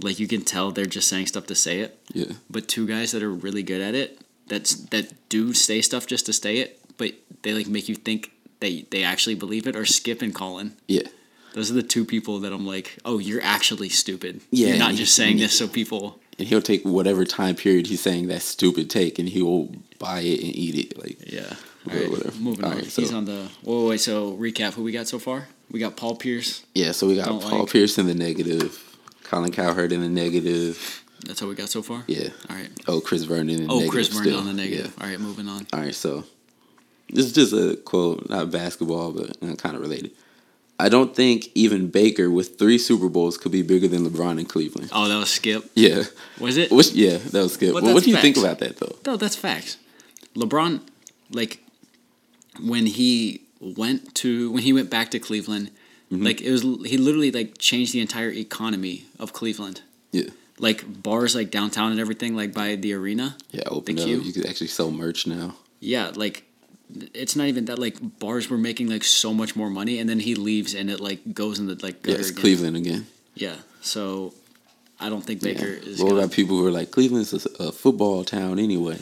Speaker 2: Like you can tell they're just saying stuff to say it.
Speaker 1: yeah,
Speaker 2: But two guys that are really good at it, that's that do say stuff just to say it, but they like make you think they they actually believe it, or Skip and Colin.
Speaker 1: Yeah.
Speaker 2: Those are the two people that I'm like, oh, you're actually stupid.
Speaker 1: Yeah,
Speaker 2: you're not
Speaker 1: he-
Speaker 2: just saying this so people.
Speaker 1: And he'll take whatever time period he's saying that stupid take and he will buy it and eat it. Like
Speaker 2: Yeah. All
Speaker 1: Well,
Speaker 2: right,
Speaker 1: whatever.
Speaker 2: moving
Speaker 1: All
Speaker 2: on.
Speaker 1: right, so-
Speaker 2: He's on the. Whoa, wait. So recap. Who we got so far? We got Paul Pierce.
Speaker 1: Yeah, so we got
Speaker 2: Don't
Speaker 1: Paul
Speaker 2: like-
Speaker 1: Pierce in the negative, Colin Cowherd in the negative.
Speaker 2: That's how we got so far.
Speaker 1: Yeah.
Speaker 2: All right.
Speaker 1: Oh, Chris Vernon in the
Speaker 2: Oh,
Speaker 1: negative.
Speaker 2: Chris Vernon
Speaker 1: still.
Speaker 2: on the negative.
Speaker 1: Yeah.
Speaker 2: All right, moving on.
Speaker 1: All right, so this is just a quote, not basketball, but kind of related. I don't think even Baker with three Super Bowls could be bigger than LeBron in Cleveland. *laughs*
Speaker 2: Oh, that was Skip.
Speaker 1: Yeah,
Speaker 2: Was it?
Speaker 1: Which, yeah, that was good. What,
Speaker 2: But
Speaker 1: what
Speaker 2: that's
Speaker 1: do you think
Speaker 2: facts.
Speaker 1: about that though?
Speaker 2: No, that's facts. LeBron, like when he went to when he went back to Cleveland,
Speaker 1: Mm-hmm.
Speaker 2: like it was he literally like changed the entire economy of Cleveland.
Speaker 1: Yeah,
Speaker 2: Like bars like downtown and everything, like by the arena.
Speaker 1: yeah, open
Speaker 2: The
Speaker 1: up.
Speaker 2: queue?
Speaker 1: You could actually sell merch now.
Speaker 2: Yeah, like it's not even that like bars were making like so much more money and then he leaves and it like goes in the like
Speaker 1: Yeah,
Speaker 2: gutter
Speaker 1: it's
Speaker 2: again.
Speaker 1: Cleveland again.
Speaker 2: Yeah. So I don't think
Speaker 1: Yeah.
Speaker 2: Baker is
Speaker 1: What
Speaker 2: gonna,
Speaker 1: about people who are like Cleveland's a, s- a football town anyway?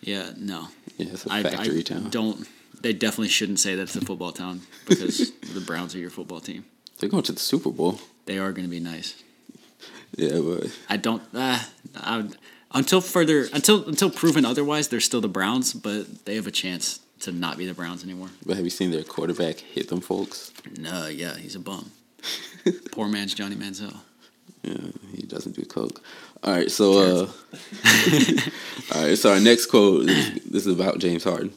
Speaker 2: Yeah, no.
Speaker 1: Yeah, it's a
Speaker 2: I,
Speaker 1: factory
Speaker 2: I
Speaker 1: town.
Speaker 2: don't. They definitely shouldn't say that it's a football town because *laughs* the Browns are your football team.
Speaker 1: They're going to the Super Bowl.
Speaker 2: They are going to be nice.
Speaker 1: Yeah, but
Speaker 2: I don't. Uh, I, would- until further, until until proven otherwise, they're still the Browns, but they have a chance to not be the Browns anymore.
Speaker 1: but have you seen their quarterback hit them folks?
Speaker 2: No, yeah, he's
Speaker 1: *laughs*
Speaker 2: a bum. Poor man's Johnny Manziel.
Speaker 1: Yeah, he doesn't do coke. All right, so uh, *laughs* all right, so our next quote is, this is about James Harden.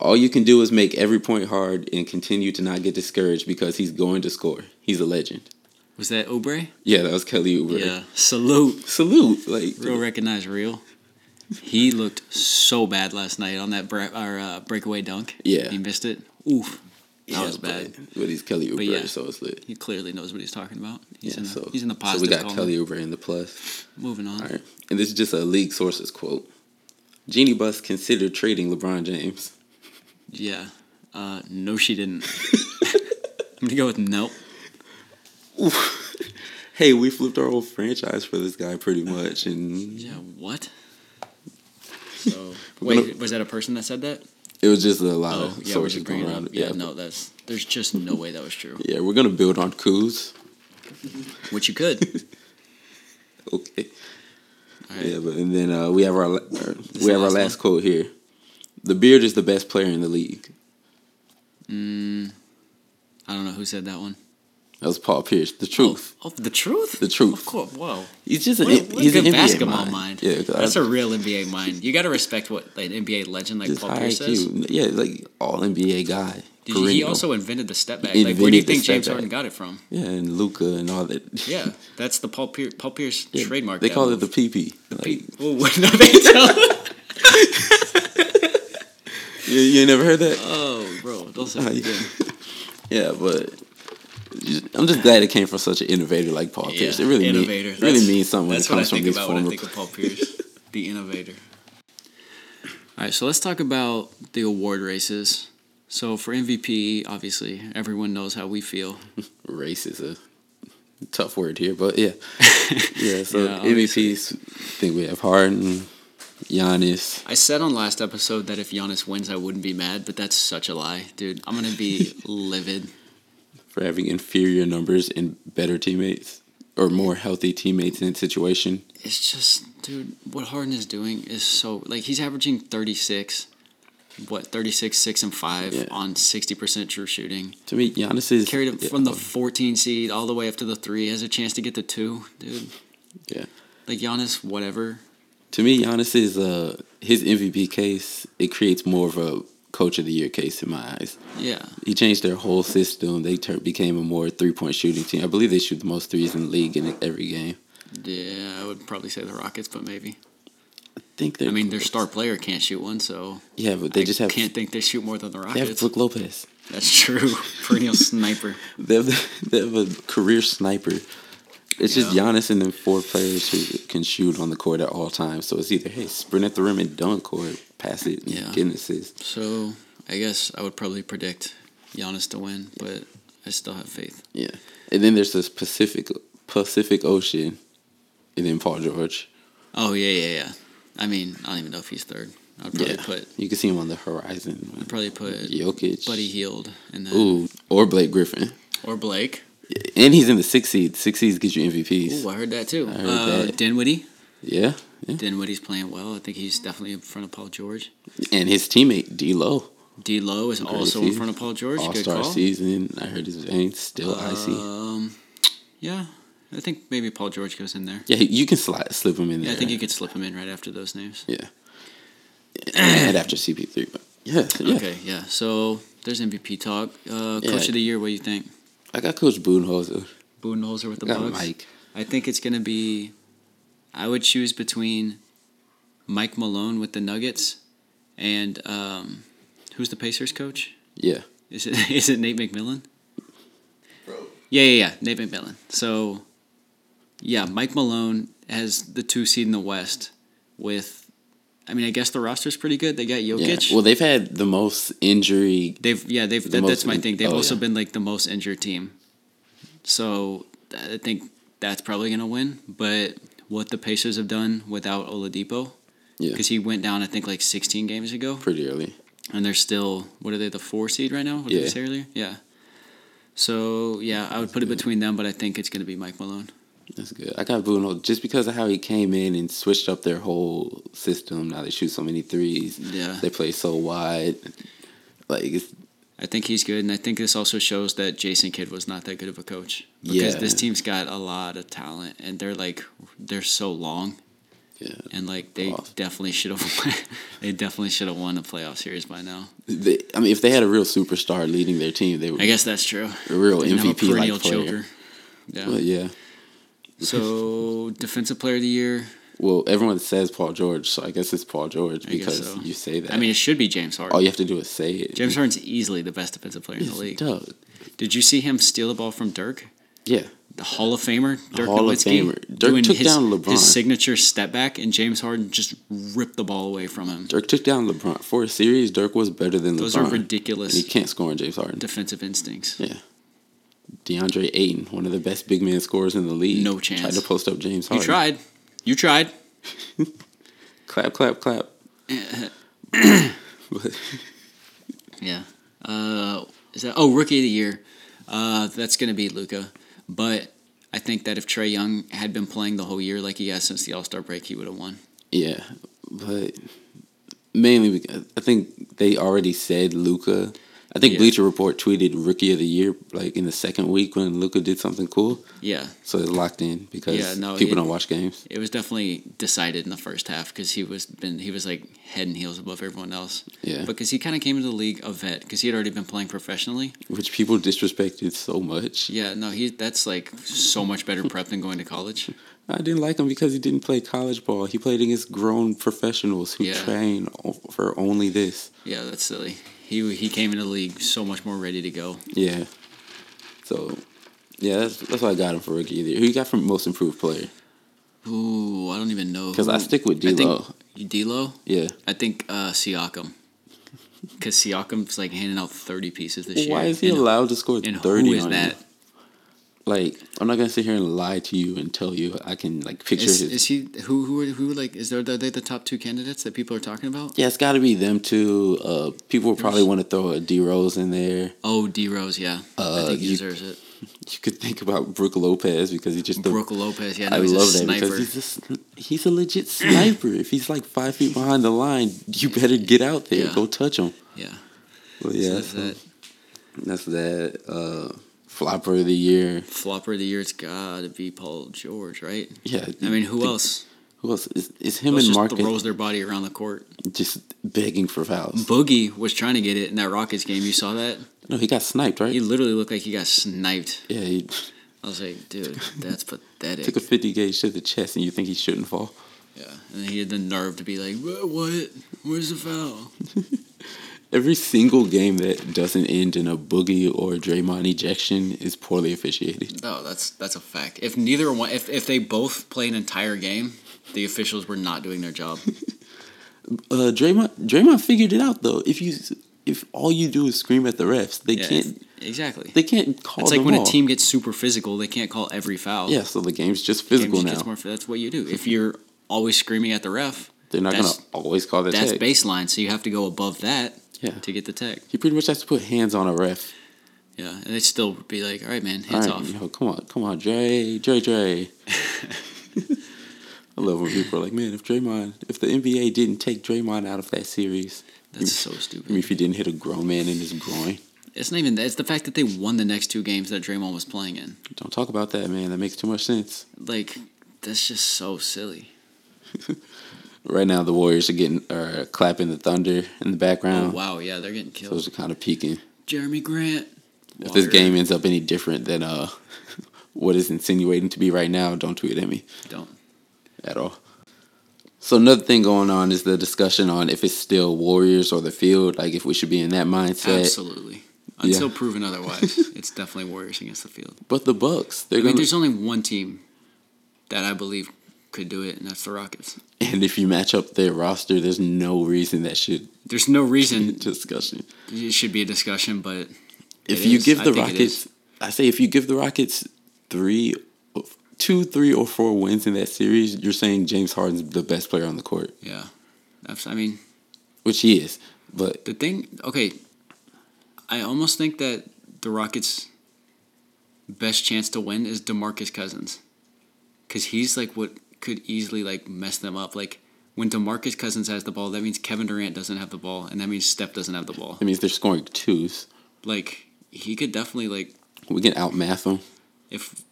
Speaker 1: All you can do is make every point hard and continue to not get discouraged because he's going to score. He's a legend.
Speaker 2: Was that Oubre?
Speaker 1: Yeah, that was Kelly Oubre.
Speaker 2: Yeah. Salute.
Speaker 1: Salute, like
Speaker 2: Real recognize real. He looked so bad last night on that bra- or, uh, breakaway dunk.
Speaker 1: Yeah.
Speaker 2: He missed it. Oof. That
Speaker 1: yeah,
Speaker 2: was bad.
Speaker 1: But, but he's Kelly Oubre,
Speaker 2: yeah.
Speaker 1: so it's lit.
Speaker 2: He clearly knows what he's talking about. He's,
Speaker 1: yeah,
Speaker 2: in, the,
Speaker 1: so
Speaker 2: he's in the
Speaker 1: So
Speaker 2: positive
Speaker 1: we got
Speaker 2: column.
Speaker 1: Kelly Oubre in the plus.
Speaker 2: Moving on.
Speaker 1: All right, and this is just a league sources quote. Jeannie Buss considered trading LeBron James.
Speaker 2: Yeah. Uh, no,
Speaker 1: *laughs*
Speaker 2: she didn't. I'm gonna go with nope.
Speaker 1: Hey, we flipped our whole franchise for this guy pretty
Speaker 2: Uh-huh.
Speaker 1: much, and
Speaker 2: Yeah. What? So
Speaker 1: We're
Speaker 2: wait,
Speaker 1: gonna-
Speaker 2: was that a person that said that?
Speaker 1: It was just a lot
Speaker 2: Oh,
Speaker 1: of
Speaker 2: yeah. We're
Speaker 1: sources
Speaker 2: just
Speaker 1: going
Speaker 2: bringing it up.
Speaker 1: around.
Speaker 2: Yeah, No, that's there's just no way that was
Speaker 1: *laughs*
Speaker 2: true.
Speaker 1: yeah, we're gonna build on coups.
Speaker 2: Which you could.
Speaker 1: Okay.
Speaker 2: All right.
Speaker 1: Yeah, but and then uh, we have our la- or,
Speaker 2: is
Speaker 1: we
Speaker 2: the
Speaker 1: have our
Speaker 2: last
Speaker 1: last quote here. The beard is the best player in the league.
Speaker 2: I don't know who said that one.
Speaker 1: That was Paul Pierce. The truth.
Speaker 2: Oh, the truth.
Speaker 1: The truth.
Speaker 2: Of course. Whoa.
Speaker 1: He's just an,
Speaker 2: What, a- what
Speaker 1: he's
Speaker 2: a good
Speaker 1: an NBA
Speaker 2: basketball
Speaker 1: mind.
Speaker 2: mind.
Speaker 1: Yeah, 'cause I
Speaker 2: that's a real NBA mind. You got to respect what like, an NBA legend like
Speaker 1: just
Speaker 2: Paul
Speaker 1: high
Speaker 2: Pierce says.
Speaker 1: IQ. Yeah, like all NBA guy.
Speaker 2: Did you- he
Speaker 1: perennial.
Speaker 2: also invented the step back.
Speaker 1: He
Speaker 2: Like, where do you
Speaker 1: invented the
Speaker 2: think
Speaker 1: step
Speaker 2: James
Speaker 1: back.
Speaker 2: Harden got it from?
Speaker 1: yeah, and Luca and all that.
Speaker 2: Yeah, that's the Paul Pierce, Paul Pierce
Speaker 1: *laughs* Yeah,
Speaker 2: trademark.
Speaker 1: They
Speaker 2: that
Speaker 1: call
Speaker 2: move.
Speaker 1: it the PP. Like,
Speaker 2: Well, *laughs* what do they
Speaker 1: *laughs*
Speaker 2: tell?
Speaker 1: you, you ain't never heard that?
Speaker 2: oh, bro,
Speaker 1: *laughs*
Speaker 2: don't say
Speaker 1: Uh,
Speaker 2: that
Speaker 1: yeah.
Speaker 2: again.
Speaker 1: yeah, but I'm just glad it came from such an innovator like Paul Pierce. It really mean-
Speaker 2: innovator.
Speaker 1: it
Speaker 2: That's-
Speaker 1: really means something when it
Speaker 2: that's what I
Speaker 1: comes from
Speaker 2: think
Speaker 1: these
Speaker 2: about when I
Speaker 1: former.
Speaker 2: think of Paul Pierce, the
Speaker 1: *laughs*
Speaker 2: innovator. All right, so let's talk about the award races. So for MVP, obviously everyone knows how we feel.
Speaker 1: Race is a tough word here, but
Speaker 2: *laughs*
Speaker 1: yeah, yeah. So
Speaker 2: Yeah,
Speaker 1: MVPs, I think we have Harden, Giannis.
Speaker 2: I said on last episode that if Giannis wins, I wouldn't be mad, but that's such a lie, dude. I'm gonna
Speaker 1: *laughs*
Speaker 2: be livid.
Speaker 1: for having inferior numbers and better teammates or more healthy teammates in the situation.
Speaker 2: It's just, dude, what Harden is doing is so like he's averaging 36, what 36, six and five
Speaker 1: Yeah.
Speaker 2: on 60 percent true shooting.
Speaker 1: To me, Giannis is
Speaker 2: Carried it
Speaker 1: yeah, oh,
Speaker 2: from the 14 seed all the way up to the three. Has a chance to get to two, dude.
Speaker 1: yeah.
Speaker 2: Like Giannis, whatever.
Speaker 1: To me, Giannis is uh his MVP case. It creates more of a coach of the year case in my eyes.
Speaker 2: Yeah,
Speaker 1: He changed their whole system. They tur became a more three point shooting team. I believe they shoot the most threes in the league in every game.
Speaker 2: yeah. I would probably say the Rockets, but maybe.
Speaker 1: I think they're.
Speaker 2: I mean, their
Speaker 1: close.
Speaker 2: star player can't shoot one, so
Speaker 1: Yeah, but they
Speaker 2: I
Speaker 1: just have.
Speaker 2: can't think they shoot more than the
Speaker 1: they have
Speaker 2: Rockets.
Speaker 1: Brook Lopez.
Speaker 2: That's true. *laughs* Perennial sniper.
Speaker 1: They have, *laughs* they have a career sniper. It's just
Speaker 2: Yeah.
Speaker 1: Giannis and then four players who can shoot on the court at all times. So it's either hey, sprint at the rim and dunk, or pass it and
Speaker 2: Yeah.
Speaker 1: get an assist.
Speaker 2: So I guess I would probably predict Giannis to win, but I still have faith.
Speaker 1: Yeah, and then there's this Pacific Pacific Ocean, and then Paul George.
Speaker 2: Oh yeah, yeah, yeah. I mean, I don't even know if he's third. I'd probably
Speaker 1: yeah,
Speaker 2: put
Speaker 1: you can see him on the horizon.
Speaker 2: I'd probably put
Speaker 1: Jokic,
Speaker 2: Buddy Healed and then
Speaker 1: Ooh, or Blake Griffin,
Speaker 2: or Blake.
Speaker 1: and he's in the six seed. Six seeds get you MVPs.
Speaker 2: Ooh, I heard that too.
Speaker 1: I heard
Speaker 2: uh,
Speaker 1: that.
Speaker 2: Dinwiddie.
Speaker 1: Yeah, yeah,
Speaker 2: Dinwiddie's playing well. I think he's definitely in front of Paul George.
Speaker 1: and his teammate D Lo,
Speaker 2: D Low
Speaker 1: Oh,
Speaker 2: is also in
Speaker 1: season.
Speaker 2: front of Paul George.
Speaker 1: All
Speaker 2: Good
Speaker 1: Star
Speaker 2: call.
Speaker 1: season. I heard his veins still icy.
Speaker 2: Um, yeah, I think maybe Paul George goes in there.
Speaker 1: Yeah, you can slide, slip him in there.
Speaker 2: Yeah, I think you could slip him in right after those names.
Speaker 1: Yeah, and after CP three, but yeah, yeah.
Speaker 2: Okay, yeah. So there's MVP talk. Uh,
Speaker 1: Yeah.
Speaker 2: Coach of the year, what do you think?
Speaker 1: I got Coach Boonholzer.
Speaker 2: Budenholzer with the
Speaker 1: I got
Speaker 2: Bucks.
Speaker 1: Mike.
Speaker 2: I think it's gonna be. I would choose between Mike Malone with the Nuggets and um, who's the Pacers coach?
Speaker 1: Yeah,
Speaker 2: Is it *laughs* is it Nate McMillan? Yeah, yeah, yeah, Nate McMillan. So, yeah, Mike Malone has the two seed in the West. With, I mean, I guess the roster's pretty good. They got
Speaker 1: yeah.
Speaker 2: Jokic.
Speaker 1: Well, they've had the most injury
Speaker 2: They've yeah they've
Speaker 1: The
Speaker 2: that, that's
Speaker 1: most
Speaker 2: my
Speaker 1: in-
Speaker 2: thing. They've
Speaker 1: oh,
Speaker 2: also
Speaker 1: yeah.
Speaker 2: been like the most injured team, so I think that's probably gonna win. But what the Pacers have done without Oladipo,
Speaker 1: Yeah,
Speaker 2: because he went down I think like 16 games ago,
Speaker 1: pretty early.
Speaker 2: and they're still what are they the four seed right now? What did
Speaker 1: Yeah.
Speaker 2: they say earlier? Yeah. So yeah, I would put it between them, but I think it's gonna be Mike Malone.
Speaker 1: That's good. I got Bruno just because of how he came in and switched up their whole system. Now they shoot so many threes.
Speaker 2: Yeah.
Speaker 1: They play so wide. Like it's
Speaker 2: I think he's good, and I think this also shows that Jason Kidd was not that good of a coach because
Speaker 1: Yeah.
Speaker 2: this team's got a lot of talent, and they're like they're so long.
Speaker 1: yeah.
Speaker 2: and like they
Speaker 1: Off.
Speaker 2: definitely should have *laughs* they definitely should have won the playoff series by now.
Speaker 1: They, I mean, if they had a real superstar leading their team, they would
Speaker 2: I guess that's true.
Speaker 1: a real
Speaker 2: Didn't have a
Speaker 1: MVP
Speaker 2: perennial
Speaker 1: like player.
Speaker 2: Yeah.
Speaker 1: Well, yeah.
Speaker 2: So defensive player of the year.
Speaker 1: Well, everyone says Paul George, so I guess it's Paul George
Speaker 2: I guess
Speaker 1: because
Speaker 2: so.
Speaker 1: you say that. Oh,
Speaker 2: I mean, it should be James Harden.
Speaker 1: all you have to do is say it.
Speaker 2: James Harden's easily the best defensive player in the
Speaker 1: It's
Speaker 2: league.
Speaker 1: dope.
Speaker 2: Did you see him steal the ball from Dirk?
Speaker 1: Yeah.
Speaker 2: The Hall of Famer, Dirk
Speaker 1: Hall of
Speaker 2: Nowitzki,
Speaker 1: Famer. Dirk
Speaker 2: doing
Speaker 1: took
Speaker 2: his,
Speaker 1: down LeBron.
Speaker 2: His signature step back, and James Harden just ripped the ball away from him.
Speaker 1: Dirk took down LeBron for a series. Dirk was better than
Speaker 2: Those
Speaker 1: LeBron.
Speaker 2: are
Speaker 1: And he
Speaker 2: ridiculous
Speaker 1: can't score on James Harden.
Speaker 2: defensive instincts.
Speaker 1: Yeah. DeAndre Ayton, one of the best big man scorers in the league.
Speaker 2: No chance.
Speaker 1: Tried to post up James
Speaker 2: You
Speaker 1: Harden.
Speaker 2: tried. You tried.
Speaker 1: Clap, clap, clap. But-
Speaker 2: Yeah. Uh, is that oh rookie of the year? Uh, that's gonna be Luca. But I think that if Trey Young had been playing the whole year like he has since the All Star break, he would have won.
Speaker 1: yeah. But mainly because I think they already said Luca. I think
Speaker 2: Yeah.
Speaker 1: Bleacher Report tweeted rookie of the year like in the second week when Luca did something cool.
Speaker 2: Yeah,
Speaker 1: So it's locked in because
Speaker 2: Yeah, no,
Speaker 1: people
Speaker 2: it-
Speaker 1: don't watch games.
Speaker 2: it was definitely decided in the first half because he was been he was like head and heels above everyone else.
Speaker 1: Yeah.
Speaker 2: because he kind of came into the league a vet because he had already been playing professionally.
Speaker 1: Which people disrespected so much.
Speaker 2: Yeah, no, he that's like so much better prep than going to college.
Speaker 1: I didn't like him because he didn't play college ball. He played against grown professionals who
Speaker 2: Yeah.
Speaker 1: train o- for only this.
Speaker 2: Yeah, that's silly. He he came into the league so much more ready to go.
Speaker 1: Yeah. So, yeah, that's that's why I got him for rookie either. Who you got from most improved player?
Speaker 2: Ooh, I don't even know.
Speaker 1: 'Cause I
Speaker 2: who-
Speaker 1: stick with
Speaker 2: Hmm. I think-
Speaker 1: D-Lo.
Speaker 2: You D'Lo?
Speaker 1: Yeah.
Speaker 2: I think uh, Siakam, because Siakam's like handing out thirty pieces this year.
Speaker 1: Why is he
Speaker 2: and,
Speaker 1: allowed to score
Speaker 2: And
Speaker 1: thirty?
Speaker 2: who is
Speaker 1: on
Speaker 2: that?
Speaker 1: You? Like, I'm not gonna sit here and lie to you and tell you I can like picture
Speaker 2: Is,
Speaker 1: his.
Speaker 2: is he who who are, who like is there are they the top two candidates that people are talking about?
Speaker 1: yeah, it's got to be them two. Uh, people would probably want to throw a D Rose in there.
Speaker 2: Oh, D Rose, yeah, I
Speaker 1: Uh,
Speaker 2: think he
Speaker 1: you-
Speaker 2: deserves it.
Speaker 1: You could think about Brooke Lopez because he just.
Speaker 2: Brooke Lopez, yeah, no,
Speaker 1: I
Speaker 2: he's
Speaker 1: love
Speaker 2: a
Speaker 1: that
Speaker 2: sniper.
Speaker 1: because he's a, sn- he's a legit sniper. if he's like five feet behind the line, you better get out there,
Speaker 2: Yeah.
Speaker 1: go touch him.
Speaker 2: yeah,
Speaker 1: Well,
Speaker 2: So
Speaker 1: yeah,
Speaker 2: that's
Speaker 1: so-
Speaker 2: that
Speaker 1: That's that. Uh, flopper of the year.
Speaker 2: flopper of the year. It's gotta be Paul George, right?
Speaker 1: Yeah.
Speaker 2: I mean, who
Speaker 1: think-
Speaker 2: else?
Speaker 1: Who else? It's, it's him
Speaker 2: Those
Speaker 1: and
Speaker 2: just
Speaker 1: Marcus
Speaker 2: throws their body around the court.
Speaker 1: just begging for fouls.
Speaker 2: Boogie was trying to get it in that Rockets game. You saw that?
Speaker 1: no, he got sniped, right?
Speaker 2: He literally looked like he got sniped.
Speaker 1: yeah, he
Speaker 2: I was like, dude, that's pathetic.
Speaker 1: took a 50 gauge to the chest, and you think he shouldn't fall?
Speaker 2: Yeah, and he had the nerve to be like, "Wha- "What? Where's the foul?"
Speaker 1: Every single game that doesn't end in a boogie or Draymond ejection is poorly officiated.
Speaker 2: No, that's that's a fact. If neither one, if if they both play an entire game, the officials were not doing
Speaker 1: *laughs*
Speaker 2: their job.
Speaker 1: Uh, Draymond, Draymond figured it out though. If you if all you do is scream at the refs, they
Speaker 2: Yeah,
Speaker 1: can't
Speaker 2: exactly.
Speaker 1: they can't call.
Speaker 2: It's like
Speaker 1: them
Speaker 2: when a
Speaker 1: all.
Speaker 2: team gets super physical, they can't call every foul.
Speaker 1: Yeah, so the game's just
Speaker 2: Game
Speaker 1: physical
Speaker 2: just
Speaker 1: now.
Speaker 2: gets more- that's what you do. If you're always screaming at the ref,
Speaker 1: They're not gonna
Speaker 2: That's-
Speaker 1: always call the
Speaker 2: That's
Speaker 1: tech.
Speaker 2: baseline, so you have to go above that
Speaker 1: Yeah.
Speaker 2: to get the tech.
Speaker 1: He pretty much has to put hands on a ref.
Speaker 2: Yeah, and they still be like, all right, man,
Speaker 1: All
Speaker 2: hands
Speaker 1: right,
Speaker 2: off.
Speaker 1: yo, come on, come on, Dre, Dre,
Speaker 2: *laughs*
Speaker 1: Dre. I love when people are like, man, if Draymond, if the NBA didn't take Draymond out of that series,
Speaker 2: That's so
Speaker 1: I mean,
Speaker 2: stupid.
Speaker 1: if he didn't hit a grown man in his groin,
Speaker 2: It's not even that. It's the fact that they won the next two games that Draymond was playing in.
Speaker 1: don't talk about that, man. That makes too much sense.
Speaker 2: Like, that's just so silly.
Speaker 1: Right now, the Warriors are getting are clapping the Thunder in the
Speaker 2: Oh,
Speaker 1: background.
Speaker 2: wow, yeah, they're getting killed.
Speaker 1: Those are kind of peaking.
Speaker 2: Jeremy Grant.
Speaker 1: If this
Speaker 2: Water.
Speaker 1: game ends up any different than uh, *laughs* what is insinuating to be right now, don't tweet at me.
Speaker 2: Don't.
Speaker 1: at all. So another thing going on is the discussion on if it's still Warriors or the field, like if we should be in that mindset.
Speaker 2: Absolutely. Until proven *laughs* otherwise, it's definitely Warriors against the field.
Speaker 1: But the Bucks, they're
Speaker 2: I mean,
Speaker 1: gonna
Speaker 2: there's only one team that I believe could do it, and that's the Rockets.
Speaker 1: *laughs* and if you match up their roster, there's no reason that should
Speaker 2: There's no
Speaker 1: be a
Speaker 2: reason
Speaker 1: discussion.
Speaker 2: it should be a discussion, but
Speaker 1: If
Speaker 2: It
Speaker 1: you
Speaker 2: is.
Speaker 1: give
Speaker 2: I
Speaker 1: the
Speaker 2: think it
Speaker 1: Rockets I say if you give the Rockets three two, three or four wins in that series, you're saying James Harden's the best player on the court.
Speaker 2: yeah, that's, I mean,
Speaker 1: Which he is. But
Speaker 2: The thing, okay, I almost think that the Rockets' best chance to win is Demarcus Cousins, because he's like what could easily like mess them up. Like when Demarcus Cousins has the ball, that means Kevin Durant doesn't have the ball, and that means Steph doesn't have the ball.
Speaker 1: that means they're scoring twos.
Speaker 2: Like he could definitely like
Speaker 1: We can outmath them.
Speaker 2: if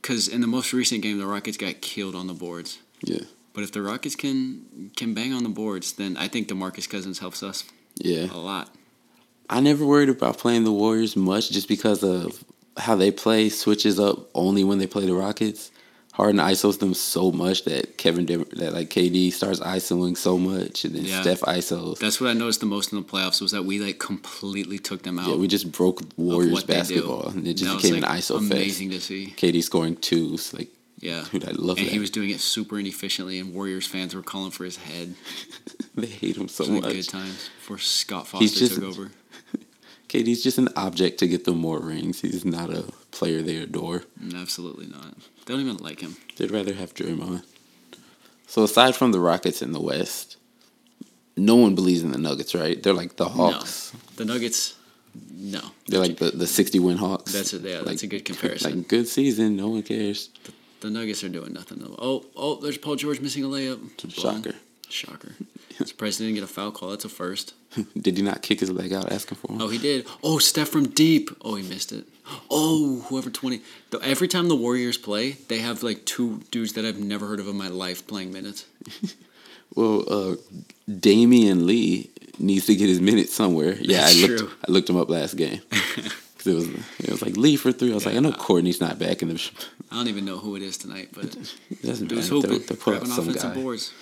Speaker 2: because in the most recent game the Rockets got killed on the boards.
Speaker 1: Yeah.
Speaker 2: But if the Rockets can can bang on the boards, then I think Demarcus Cousins helps us
Speaker 1: Yeah.
Speaker 2: a lot.
Speaker 1: I never worried about playing the Warriors much just because of how they play switches up only when they play the Rockets. Harden isos them so much that Kevin Dur- that like KD starts isoing so much and then
Speaker 2: Yeah.
Speaker 1: Steph isos.
Speaker 2: That's what I noticed the most in the playoffs was that we like completely took them out.
Speaker 1: yeah, we just broke
Speaker 2: of
Speaker 1: Warriors
Speaker 2: what they do.
Speaker 1: basketball and it just
Speaker 2: That was,
Speaker 1: became an
Speaker 2: like,
Speaker 1: iso
Speaker 2: Amazing to see.
Speaker 1: fest. KD scoring twos, like *laughs*
Speaker 2: Yeah.
Speaker 1: dude, I love
Speaker 2: and
Speaker 1: that.
Speaker 2: he was doing it super inefficiently, and Warriors fans were calling for his head.
Speaker 1: they hate him so
Speaker 2: It was like
Speaker 1: much.
Speaker 2: good times before Scott Foster
Speaker 1: just-
Speaker 2: took over.
Speaker 1: KD's just an object to get them more rings. He's not a player they adore.
Speaker 2: Mm, Absolutely not. They don't even like him.
Speaker 1: They'd rather have Draymond. So aside from the Rockets in the West, no one believes in the Nuggets, right? They're like the Hawks.
Speaker 2: No. The Nuggets, no.
Speaker 1: They're like the, the sixty win Hawks.
Speaker 2: That's a, yeah,
Speaker 1: Like-
Speaker 2: that's a good comparison.
Speaker 1: Like good season, no one cares.
Speaker 2: the Nuggets are doing nothing. though. Oh, oh, there's Paul George missing a layup. Blown.
Speaker 1: Shocker.
Speaker 2: Shocker. Surprised he didn't get a foul call. That's a first.
Speaker 1: Did he not kick his leg out asking for him?
Speaker 2: Oh, he did. Oh, Steph from deep. Oh, he missed it. Oh, whoever twenty. The, every time the Warriors play, they have like two dudes that I've never heard of in my life playing minutes.
Speaker 1: Well, uh, Damian Lee needs to get his minutes somewhere. Yeah,
Speaker 2: That's
Speaker 1: I looked
Speaker 2: true.
Speaker 1: I looked him up last
Speaker 2: *laughs*
Speaker 1: game. 'Cause it was it was like Lee for three. I was like, I know Courtney's not back in the.
Speaker 2: I don't even know who it is tonight,
Speaker 1: *laughs*
Speaker 2: but
Speaker 1: Doesn't
Speaker 2: dude's
Speaker 1: matter. They'll,
Speaker 2: hooping,
Speaker 1: they'll pull out
Speaker 2: grabbing
Speaker 1: some
Speaker 2: offensive
Speaker 1: guy.
Speaker 2: boards.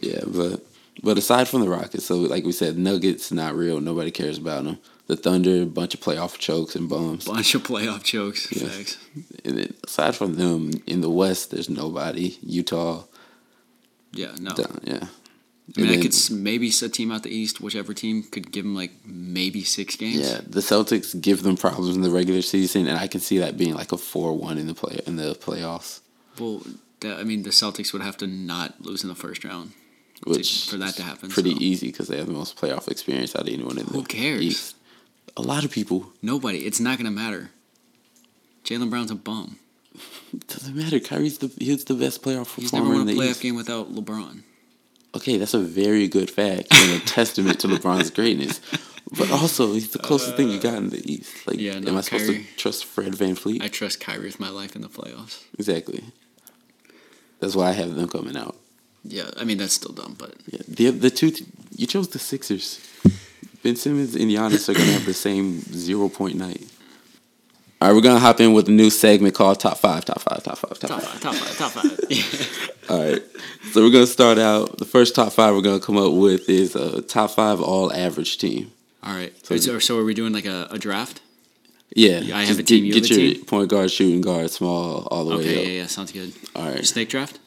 Speaker 1: Yeah, but but aside from the Rockets, so like we said, Nuggets not real. Nobody cares about them. The Thunder, a bunch of playoff chokes and bums.
Speaker 2: Bunch of playoff jokes. Facts.
Speaker 1: And then aside from them, in the West, there's nobody. Utah,
Speaker 2: Yeah, no.
Speaker 1: down, yeah.
Speaker 2: I mean,
Speaker 1: And
Speaker 2: I could
Speaker 1: then-
Speaker 2: s- maybe set team out the East, whichever team could give them like maybe six games.
Speaker 1: yeah, the Celtics give them problems in the regular season, and I can see that being like a four-one in the play in the playoffs.
Speaker 2: Well, that, I mean, the Celtics would have to not lose in the first round.
Speaker 1: Which
Speaker 2: for that to happen,
Speaker 1: is pretty
Speaker 2: so.
Speaker 1: easy because they have the most playoff experience out of anyone in the
Speaker 2: Who cares?
Speaker 1: East. A lot of people
Speaker 2: Nobody. It's not gonna matter. Jalen Brown's a bum.
Speaker 1: doesn't matter. Kyrie's the he's the best playoff performer
Speaker 2: He's never won
Speaker 1: in
Speaker 2: a
Speaker 1: the
Speaker 2: playoff
Speaker 1: East.
Speaker 2: game without LeBron.
Speaker 1: Okay, that's a very good fact and a testament to LeBron's greatness. But also, he's the closest thing you got in the East. Like,
Speaker 2: yeah, no,
Speaker 1: am I supposed
Speaker 2: Kyrie-
Speaker 1: to trust Fred Van Fleet?
Speaker 2: I trust Kyrie with my life in the playoffs.
Speaker 1: exactly. That's why I have them coming out.
Speaker 2: Yeah, I mean that's still dumb, but
Speaker 1: Yeah, the the two you chose the Sixers. Ben Simmons and Giannis are gonna have the same zero point night. All right, we're gonna hop in with a new segment called Top Five, Top Five, Top Five, Top,
Speaker 2: top
Speaker 1: Five.
Speaker 2: five, top five, top five.
Speaker 1: *laughs*
Speaker 2: *laughs*
Speaker 1: All right. So we're gonna start out. The first top five we're gonna come up with is a top five all average team.
Speaker 2: All right.
Speaker 1: So-
Speaker 2: So, so are we doing like a, a draft?
Speaker 1: Yeah,
Speaker 2: Yeah, I
Speaker 1: just
Speaker 2: have a team, you
Speaker 1: Get,
Speaker 2: have
Speaker 1: get
Speaker 2: a
Speaker 1: your
Speaker 2: team?
Speaker 1: point guard, shooting guard, small, all the
Speaker 2: Okay,
Speaker 1: way up.
Speaker 2: yeah, yeah, sounds good.
Speaker 1: All right,
Speaker 2: Snake draft.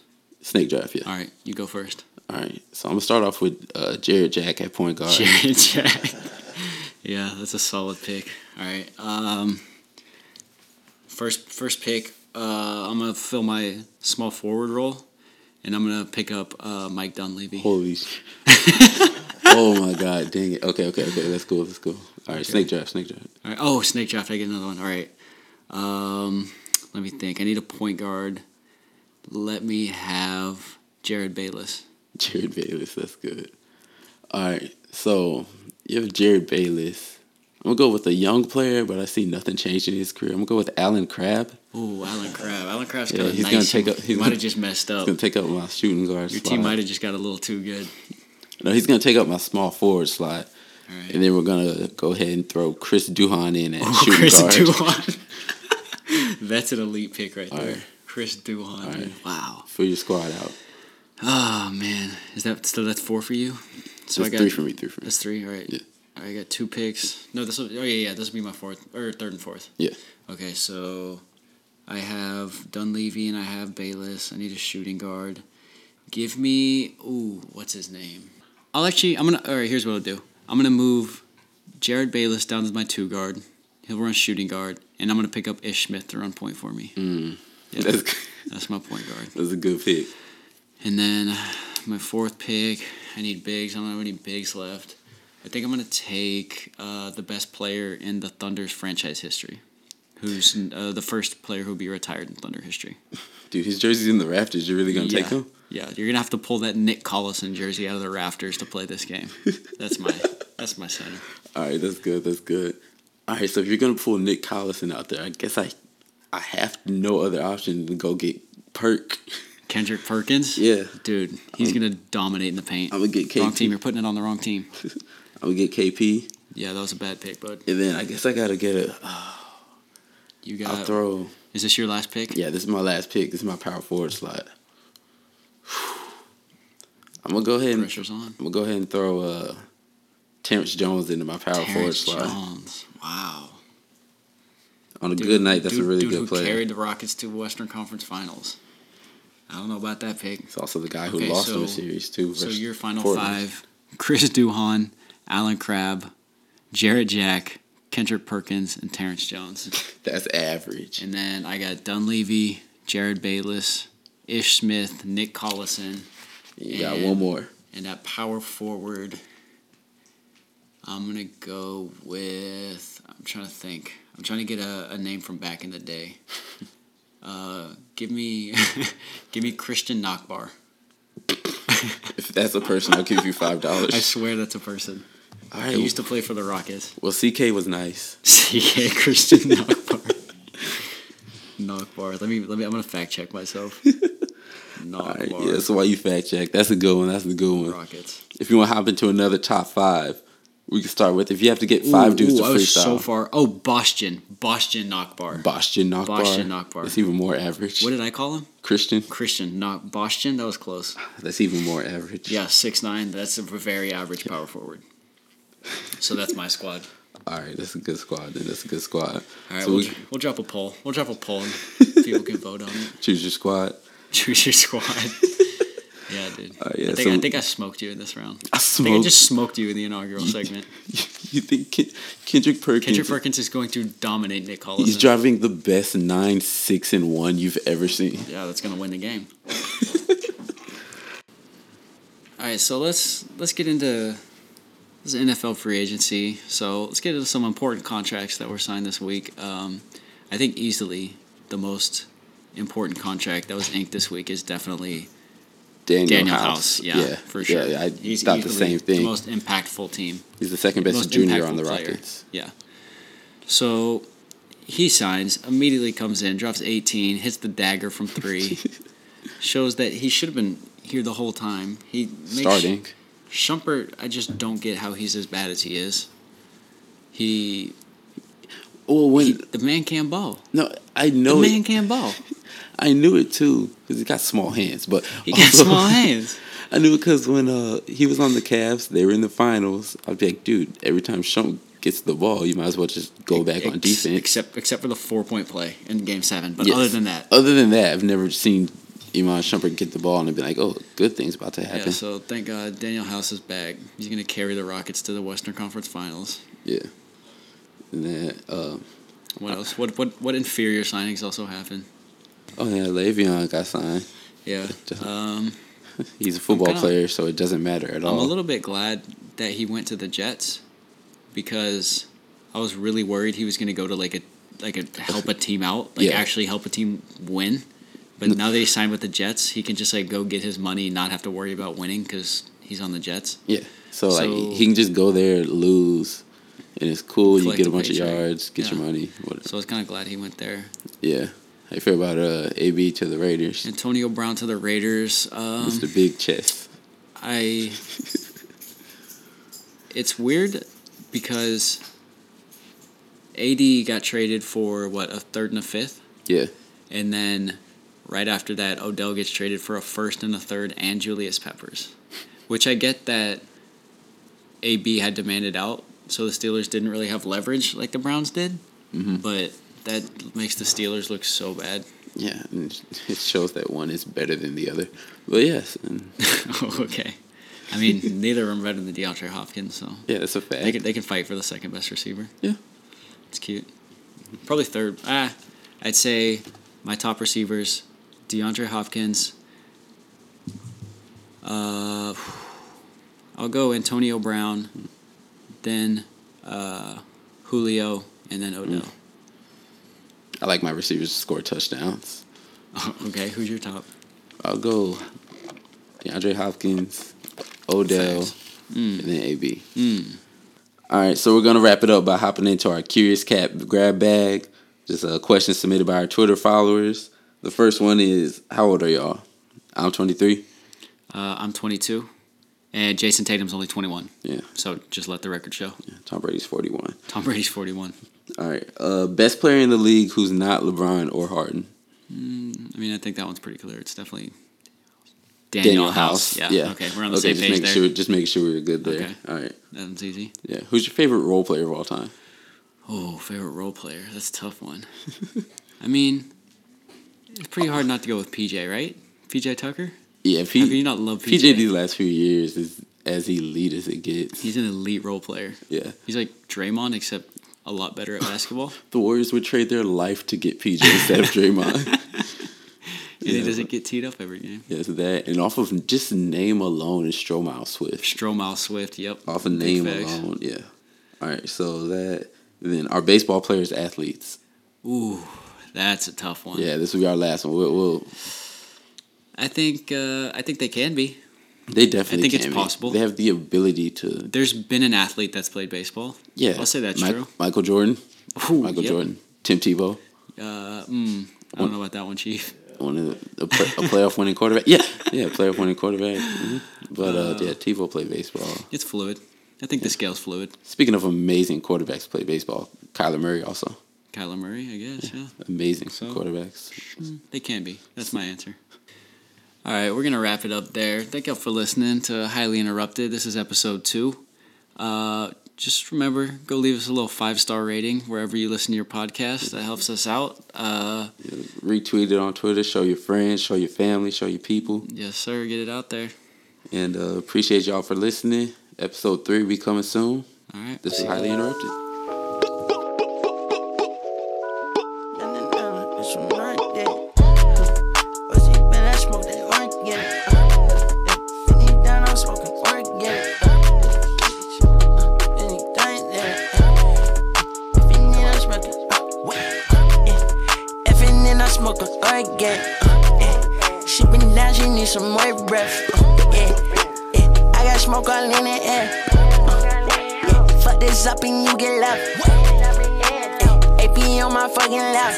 Speaker 1: snake draft. Yeah.
Speaker 2: All right, you go first.
Speaker 1: All right. So I'm gonna start off with uh, Jared Jack at point guard.
Speaker 2: Jared *laughs* Jack. yeah, that's a solid pick. All right. Um, first, first pick. Uh, I'm gonna fill my small forward role, and I'm gonna pick up uh, Mike Dunleavy.
Speaker 1: Holy
Speaker 2: *laughs*
Speaker 1: sh- Oh my god, dang it. Okay, okay, okay. Let's go, let's go. All right, snake draft, snake draft. *laughs*
Speaker 2: All right. Oh, snake draft. I get another one. All right. Um, let me think. I need a point guard. Let me have Jared Bayless.
Speaker 1: Jared Bayless, that's good. All right, so you have Jared Bayless. I'm gonna go with a young player, but I see nothing changing in his career. I'm gonna go with Alan Crabb. He's
Speaker 2: Ooh, Alan Crab. Alan Crab's
Speaker 1: Yeah,
Speaker 2: kind of
Speaker 1: he's
Speaker 2: nice.
Speaker 1: gonna take
Speaker 2: He
Speaker 1: up- he's
Speaker 2: might have
Speaker 1: gonna-
Speaker 2: just messed up.
Speaker 1: gonna take up my shooting guard
Speaker 2: Your
Speaker 1: slot.
Speaker 2: team might have just got a little too good.
Speaker 1: no, he's gonna take up my small forward slot,
Speaker 2: All right.
Speaker 1: and then we're gonna go ahead and throw Chris Duhon in at
Speaker 2: Oh,
Speaker 1: shooting
Speaker 2: Chris
Speaker 1: guard.
Speaker 2: Duhon. *laughs* That's an elite pick right
Speaker 1: All
Speaker 2: there.
Speaker 1: right.
Speaker 2: Chris Duhon.
Speaker 1: All
Speaker 2: dude.
Speaker 1: right.
Speaker 2: Wow.
Speaker 1: For your squad out.
Speaker 2: Oh man, is that so? That's four for you. So
Speaker 1: So
Speaker 2: I got
Speaker 1: three for me, three for me.
Speaker 2: That's three. All right.
Speaker 1: Yeah.
Speaker 2: All right, I got two picks. No, this will. Oh yeah, yeah. This will be my fourth or third and fourth.
Speaker 1: Yeah.
Speaker 2: Okay, so I have Dunleavy and I have Bayless. I need a shooting guard. Give me ooh, what's his name? I'll actually I'm gonna all right, here's what I'll do. I'm gonna move Jared Bayless down to my two guard. He'll run shooting guard, and I'm gonna pick up Ish Smith to run point for me.
Speaker 1: Mm.
Speaker 2: Yeah,
Speaker 1: That's
Speaker 2: that's, my point guard.
Speaker 1: that's a good pick.
Speaker 2: And then my fourth pick, I need bigs. I don't have any bigs left. I think I'm gonna take uh, the best player in the Thunder's franchise history, who's uh, the first player who'll be retired in Thunder history.
Speaker 1: Dude, his jersey's in the rafters. You're really gonna
Speaker 2: yeah.
Speaker 1: take him?
Speaker 2: Yeah, you're gonna have to pull that Nick Collison jersey out of the rafters to play this game.
Speaker 1: *laughs*
Speaker 2: That's my that's my center.
Speaker 1: All right, that's good. That's good. All right, so if you're gonna pull Nick Collison out there, I guess I, I have no other option than go get Perk.
Speaker 2: Kendrick Perkins.
Speaker 1: Yeah,
Speaker 2: Dude, he's gonna dominate in the paint.
Speaker 1: I'm gonna get
Speaker 2: Wrong
Speaker 1: KP.
Speaker 2: team. You're putting it on the wrong team.
Speaker 1: I'm gonna get KP,
Speaker 2: Yeah, that was a bad pick, bud.
Speaker 1: and then I guess I gotta get a.
Speaker 2: You
Speaker 1: I'll
Speaker 2: got.
Speaker 1: throw.
Speaker 2: is this your last pick?
Speaker 1: Yeah, this is my last pick. This is my power forward slot. *sighs* I'm gonna go ahead. And, I'm
Speaker 2: Pressure's on.
Speaker 1: gonna go ahead and throw uh, Terrence Jones into my power forward
Speaker 2: Terrence
Speaker 1: slot.
Speaker 2: Jones. Wow.
Speaker 1: On a
Speaker 2: Dude-
Speaker 1: good night, that's
Speaker 2: dude-
Speaker 1: a really
Speaker 2: dude
Speaker 1: good
Speaker 2: who
Speaker 1: player.
Speaker 2: Carried the Rockets to Western Conference Finals. I don't know about that pick.
Speaker 1: It's also the guy who
Speaker 2: Okay,
Speaker 1: lost in the
Speaker 2: so-
Speaker 1: series too.
Speaker 2: So
Speaker 1: versus
Speaker 2: your final
Speaker 1: Portland.
Speaker 2: five: Chris Duhon, Alan Crabb, Jarrett Jack, Kendrick Perkins, and Terrence Jones.
Speaker 1: That's average.
Speaker 2: And then I got Dunleavy, Jared Bayless, Ish Smith, Nick Collison,
Speaker 1: You got
Speaker 2: and-
Speaker 1: one more.
Speaker 2: and that power forward. I'm gonna go with. I'm trying to think. I'm trying to get a, a name from back in the day. *laughs* Uh, give me, *laughs* give me Christian Knockbar.
Speaker 1: If that's a person, I'll give you five
Speaker 2: I
Speaker 1: dollars.
Speaker 2: swear that's a person.
Speaker 1: All
Speaker 2: He
Speaker 1: right.
Speaker 2: used to play for the Rockets. *laughs*
Speaker 1: well, CK was nice.
Speaker 2: CK Christian Knockbar. *laughs* Knockbar. Let me let me I'm gonna fact
Speaker 1: *laughs*
Speaker 2: check myself.
Speaker 1: All right.
Speaker 2: Knockbar.
Speaker 1: Yeah, that's why you fact check. That's a good one. That's a good one.
Speaker 2: Rockets.
Speaker 1: If you want to hop into another top five, we can start with. If you have to get five dudes
Speaker 2: Ooh,
Speaker 1: to
Speaker 2: I was
Speaker 1: freestyle,
Speaker 2: so far. Oh, Boston. Boston Knockbar.
Speaker 1: Bastian Knockbar.
Speaker 2: Bastian Nakbar.
Speaker 1: That's even more average.
Speaker 2: what did I call him?
Speaker 1: Christian.
Speaker 2: Christian Knock Boston. That was close.
Speaker 1: That's even more average.
Speaker 2: Yeah, six nine. That's a very average power forward. So that's my squad.
Speaker 1: *laughs* All right. That's a good squad. Then that's a good squad.
Speaker 2: All right,
Speaker 1: so
Speaker 2: we'll,
Speaker 1: we
Speaker 2: dr- we'll drop a poll. We'll drop
Speaker 1: *laughs*
Speaker 2: a poll and people can vote on it.
Speaker 1: choose your squad.
Speaker 2: Choose
Speaker 1: *laughs*
Speaker 2: your squad. yeah,
Speaker 1: All
Speaker 2: dude.
Speaker 1: right, Uh, yeah,
Speaker 2: I, think, I
Speaker 1: so-
Speaker 2: think I smoked you in this round.
Speaker 1: I
Speaker 2: I think I
Speaker 1: smoke.
Speaker 2: just smoked you in the inaugural
Speaker 1: *laughs*
Speaker 2: segment.
Speaker 1: you think Ken- Kendrick Perkins?
Speaker 2: Kendrick Perkins is going to dominate Nick Collison.
Speaker 1: He's driving the best nine, six, and one you've ever seen.
Speaker 2: yeah, that's going to win the game. *laughs* All right, so let's let's get into this is NFL free agency. So let's get into some important contracts that were signed this week. Um, I think easily the most important contract that was inked this week is definitely
Speaker 1: Daniel,
Speaker 2: Daniel
Speaker 1: House.
Speaker 2: House. Yeah, for sure.
Speaker 1: Yeah, I
Speaker 2: He's
Speaker 1: thought the
Speaker 2: easily
Speaker 1: same thing.
Speaker 2: The most impactful team.
Speaker 1: He's the second best
Speaker 2: most
Speaker 1: junior on
Speaker 2: impactful
Speaker 1: the
Speaker 2: player.
Speaker 1: Rockets.
Speaker 2: Yeah. So he signs, immediately comes in, drops 18, hits the dagger
Speaker 1: *laughs*
Speaker 2: from three, shows that he should have been here the whole time. He makes
Speaker 1: Starting.
Speaker 2: Shumpert, I just don't get how he's as bad as he is. He,
Speaker 1: Well, when
Speaker 2: he the man can ball.
Speaker 1: no, I
Speaker 2: The
Speaker 1: know
Speaker 2: man
Speaker 1: it,
Speaker 2: can ball.
Speaker 1: I knew it too because he got small hands. But *laughs*
Speaker 2: He got small hands.
Speaker 1: I knew it because when uh he was on the Cavs, they were in the finals. I'd be like, dude, every time Shump gets the ball, you might as well just go back on
Speaker 2: Ex-
Speaker 1: defense.
Speaker 2: Except except for the four point play in game seven. But
Speaker 1: Yes.
Speaker 2: other than that.
Speaker 1: other than that, I've never seen Iman Shumpert get the ball and be like, oh, good thing's about to happen.
Speaker 2: Yeah, so thank God Daniel House is back. He's going to carry the Rockets to the Western Conference Finals.
Speaker 1: yeah. And then, uh,
Speaker 2: What else? What what what inferior signings also happen?
Speaker 1: oh yeah, Le'Veon got signed.
Speaker 2: Yeah. Um,
Speaker 1: He's a football
Speaker 2: kinda-
Speaker 1: player, so it doesn't matter at all.
Speaker 2: I'm a little bit glad that he went to the Jets because I was really worried he was going to go to like a like a help a team out, like
Speaker 1: Yeah.
Speaker 2: actually help a team win. But now that he signed with the Jets, he can just like go get his money and not have to worry about winning because he's on the Jets.
Speaker 1: Yeah. So,
Speaker 2: So-
Speaker 1: like he can just go there, lose, and it's cool. You get a
Speaker 2: Collect
Speaker 1: bunch
Speaker 2: a
Speaker 1: of
Speaker 2: paycheck.
Speaker 1: yards, get your
Speaker 2: Yeah.
Speaker 1: money. Whatever.
Speaker 2: So I was kind of glad he went there.
Speaker 1: Yeah. How you feel about uh, AB to the Raiders?
Speaker 2: Antonio Brown to the Raiders. Um,
Speaker 1: Mr. Big Chest.
Speaker 2: I. It's weird because AD got traded for what a third and a fifth.
Speaker 1: Yeah.
Speaker 2: And then right after that, Odell gets traded for a first and a third and Julius Peppers, which I get that AB had demanded out. So the Steelers didn't really have leverage like the Browns did. But that makes the Steelers look so bad. *laughs*
Speaker 1: Yeah. And it *laughs* shows that one is better than the other. But yes, and
Speaker 2: oh, okay. I mean, neither of them better than DeAndre Hopkins, so
Speaker 1: yeah, that's a fact.
Speaker 2: they can, they can fight for the second best receiver.
Speaker 1: yeah.
Speaker 2: It's cute. Probably third. Ah, I'd say my top receivers: DeAndre Hopkins. Uh, I'll go Antonio Brown, then uh, Julio, and then Odell.
Speaker 1: I like my receivers to score touchdowns.
Speaker 2: *laughs* okay, who's your top?
Speaker 1: I'll go DeAndre Hopkins, Odell,
Speaker 2: Facts.
Speaker 1: and then AB. All right, so we're going to wrap it up by hopping into our Curious Cat grab bag. Just a question submitted by our Twitter followers. The first one is How old are y'all? I'm 23.
Speaker 2: Uh, I'm 22, and Jason Tatum's only 21.
Speaker 1: Yeah,
Speaker 2: So just let the record show.
Speaker 1: Tom Brady's 41.
Speaker 2: Tom Brady's 41.
Speaker 1: All right, uh, best player in the league who's not LeBron or Harden.
Speaker 2: I mean, I think that one's pretty clear. It's definitely Daniel, House. Yeah. Okay, we're on the same
Speaker 1: just
Speaker 2: page
Speaker 1: making
Speaker 2: there.
Speaker 1: Sure, just making sure we were good there.
Speaker 2: Okay.
Speaker 1: All right.
Speaker 2: That one's easy.
Speaker 1: Yeah. Who's your favorite role player of all time?
Speaker 2: Oh, favorite role player. That's a tough one. *laughs* I mean, it's pretty hard not to go with PJ, right? PJ Tucker?
Speaker 1: Yeah, P-
Speaker 2: How can you not love PJ?
Speaker 1: PJ these last few years is as elite as it gets.
Speaker 2: He's an elite role player.
Speaker 1: Yeah.
Speaker 2: He's like Draymond, except a lot better
Speaker 1: *laughs*
Speaker 2: at basketball.
Speaker 1: The Warriors would trade their life to get PJ instead of
Speaker 2: *laughs*
Speaker 1: Draymond.
Speaker 2: and he doesn't get teed up every game.
Speaker 1: Yes, that. And off of just name alone is Stromile Swift.
Speaker 2: Stromile Swift, yep.
Speaker 1: Off of
Speaker 2: Big
Speaker 1: name
Speaker 2: facts.
Speaker 1: alone, yeah. All right, so that. Then our baseball players, athletes.
Speaker 2: Ooh, that's a tough one.
Speaker 1: Yeah, this will be our last one. We'll, we'll
Speaker 2: I think uh, I think they can be.
Speaker 1: they definitely.
Speaker 2: think it's
Speaker 1: can be.
Speaker 2: possible.
Speaker 1: They have the ability to.
Speaker 2: There's been an athlete that's played baseball.
Speaker 1: Yeah,
Speaker 2: I'll say that's
Speaker 1: Mi-
Speaker 2: true.
Speaker 1: Michael Jordan,
Speaker 2: Ooh,
Speaker 1: Michael
Speaker 2: yep.
Speaker 1: Jordan, Tim Tebow,
Speaker 2: Uh, mm, I don't know about that one, Chief.
Speaker 1: one of the, a, play, a playoff winning quarterback. Yeah, yeah, playoff winning quarterback. Mhm. But uh, yeah, Tebow played baseball.
Speaker 2: It's fluid. I think the scale's fluid.
Speaker 1: Speaking of amazing quarterbacks who play baseball, Kyler Murray also
Speaker 2: Kyler Murray, I guess. Yeah,
Speaker 1: amazing
Speaker 2: So?
Speaker 1: quarterbacks.
Speaker 2: they can be. That's my answer. All right, we're gonna wrap it up there. Thank y'all for listening to Highly Interrupted. This is episode two. Uh, just remember, go leave us a little five star rating wherever you listen to your podcast. That helps us out. Uh,
Speaker 1: Retweet it on Twitter. Show your friends. Show your family. Show your people.
Speaker 2: yes, sir. Get it out there.
Speaker 1: And uh, appreciate y'all for listening. Episode three will be coming soon.
Speaker 2: All right.
Speaker 1: This is highly interrupted.
Speaker 4: And then uh, it's from right there. But she been I smoke that work, yeah. Uh, Any down, I'm smoking work, yeah. Uh, Anything there. Uh, If you need, I'm smoking work, yeah. If you need, I'm smoking work, yeah. Uh, yeah. She been down, she need some more breath. Uh, yeah. yeah. I got smoke all in the air. Uh, yeah. Fuck this up and you get left. AP on my fucking lap.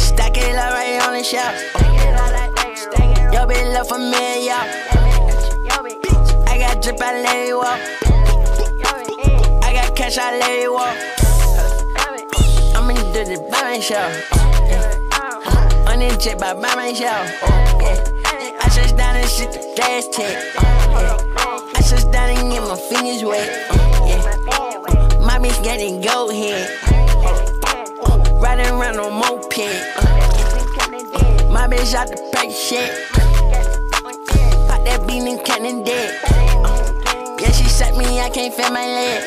Speaker 4: Stack it up right on the shelf. Yo, bitch, love for me, yo. I got drip, I let it walk. I got cash, I let it walk. I'm in the dirty by myself. On the jet by, by myself. Yeah. I just down and shit the last check. Yeah. I just down and get my fingers wet. Yeah. My bitch getting go head. Riding around on moped. My bitch out the pack shit. Pop that bean and counting dead. Uh, Yeah, she set me, I can't feel my leg.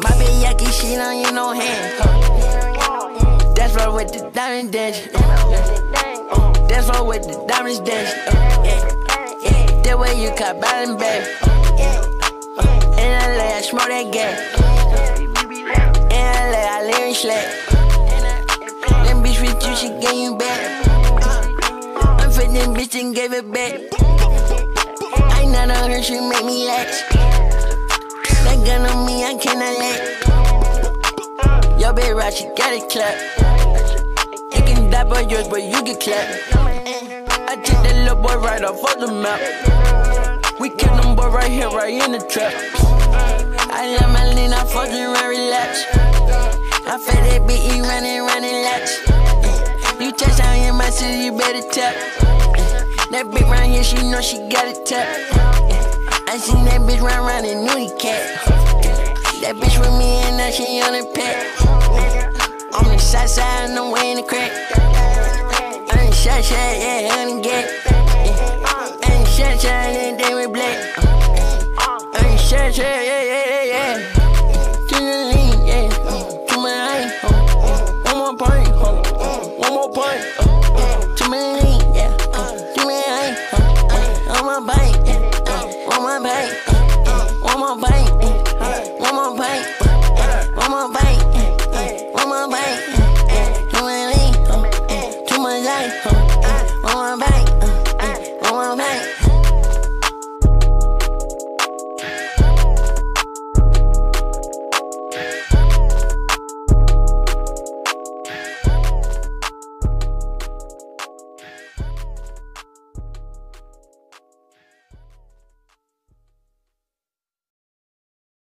Speaker 4: My bitch yucky, she don't use no hand. That's right with the diamond dance. uh, That's why with the diamonds dash. Uh, yeah, yeah. That way you caught ballin' back. Uh, yeah. In LA, I smoke that gas. uh, In LA, I live in slack. Them bitch with you, she gave you back. uh. I'm for them bitch and gave it back. I not on her, she make me lax. That gun on me, I cannot let. Yo, bitch, right, she got it clap. You can die by yours, but you get clapped. I took that little boy right off of the map. We kept them boy right here, right in the trap. I love my lean, I fucking run relax. I fed that bitch, he running, running laps. You touch down in my city, you better tap. That bitch round here, she know she got it tap. I seen that bitch round round and knew the cat. That bitch with me and now she on the pet. I'm the shot side and I'm wearing the crack. I'm the shot shot, yeah, I'm the gap. Yeah. I'm the shot shot, and then we black. I'm the shot shot, yeah, yeah, yeah, yeah. To the lean, yeah. To my lane, oh. One more point, oh. One more point, oh. To my lane, yeah. To my lane, oh. On my bike, yeah. On my bike, yeah. On my bike, yeah. On my bike, yeah. On my bike, yeah. On my bike, yeah. To my lane, oh. To my life, oh. On my bike, uh, yeah. On my bike,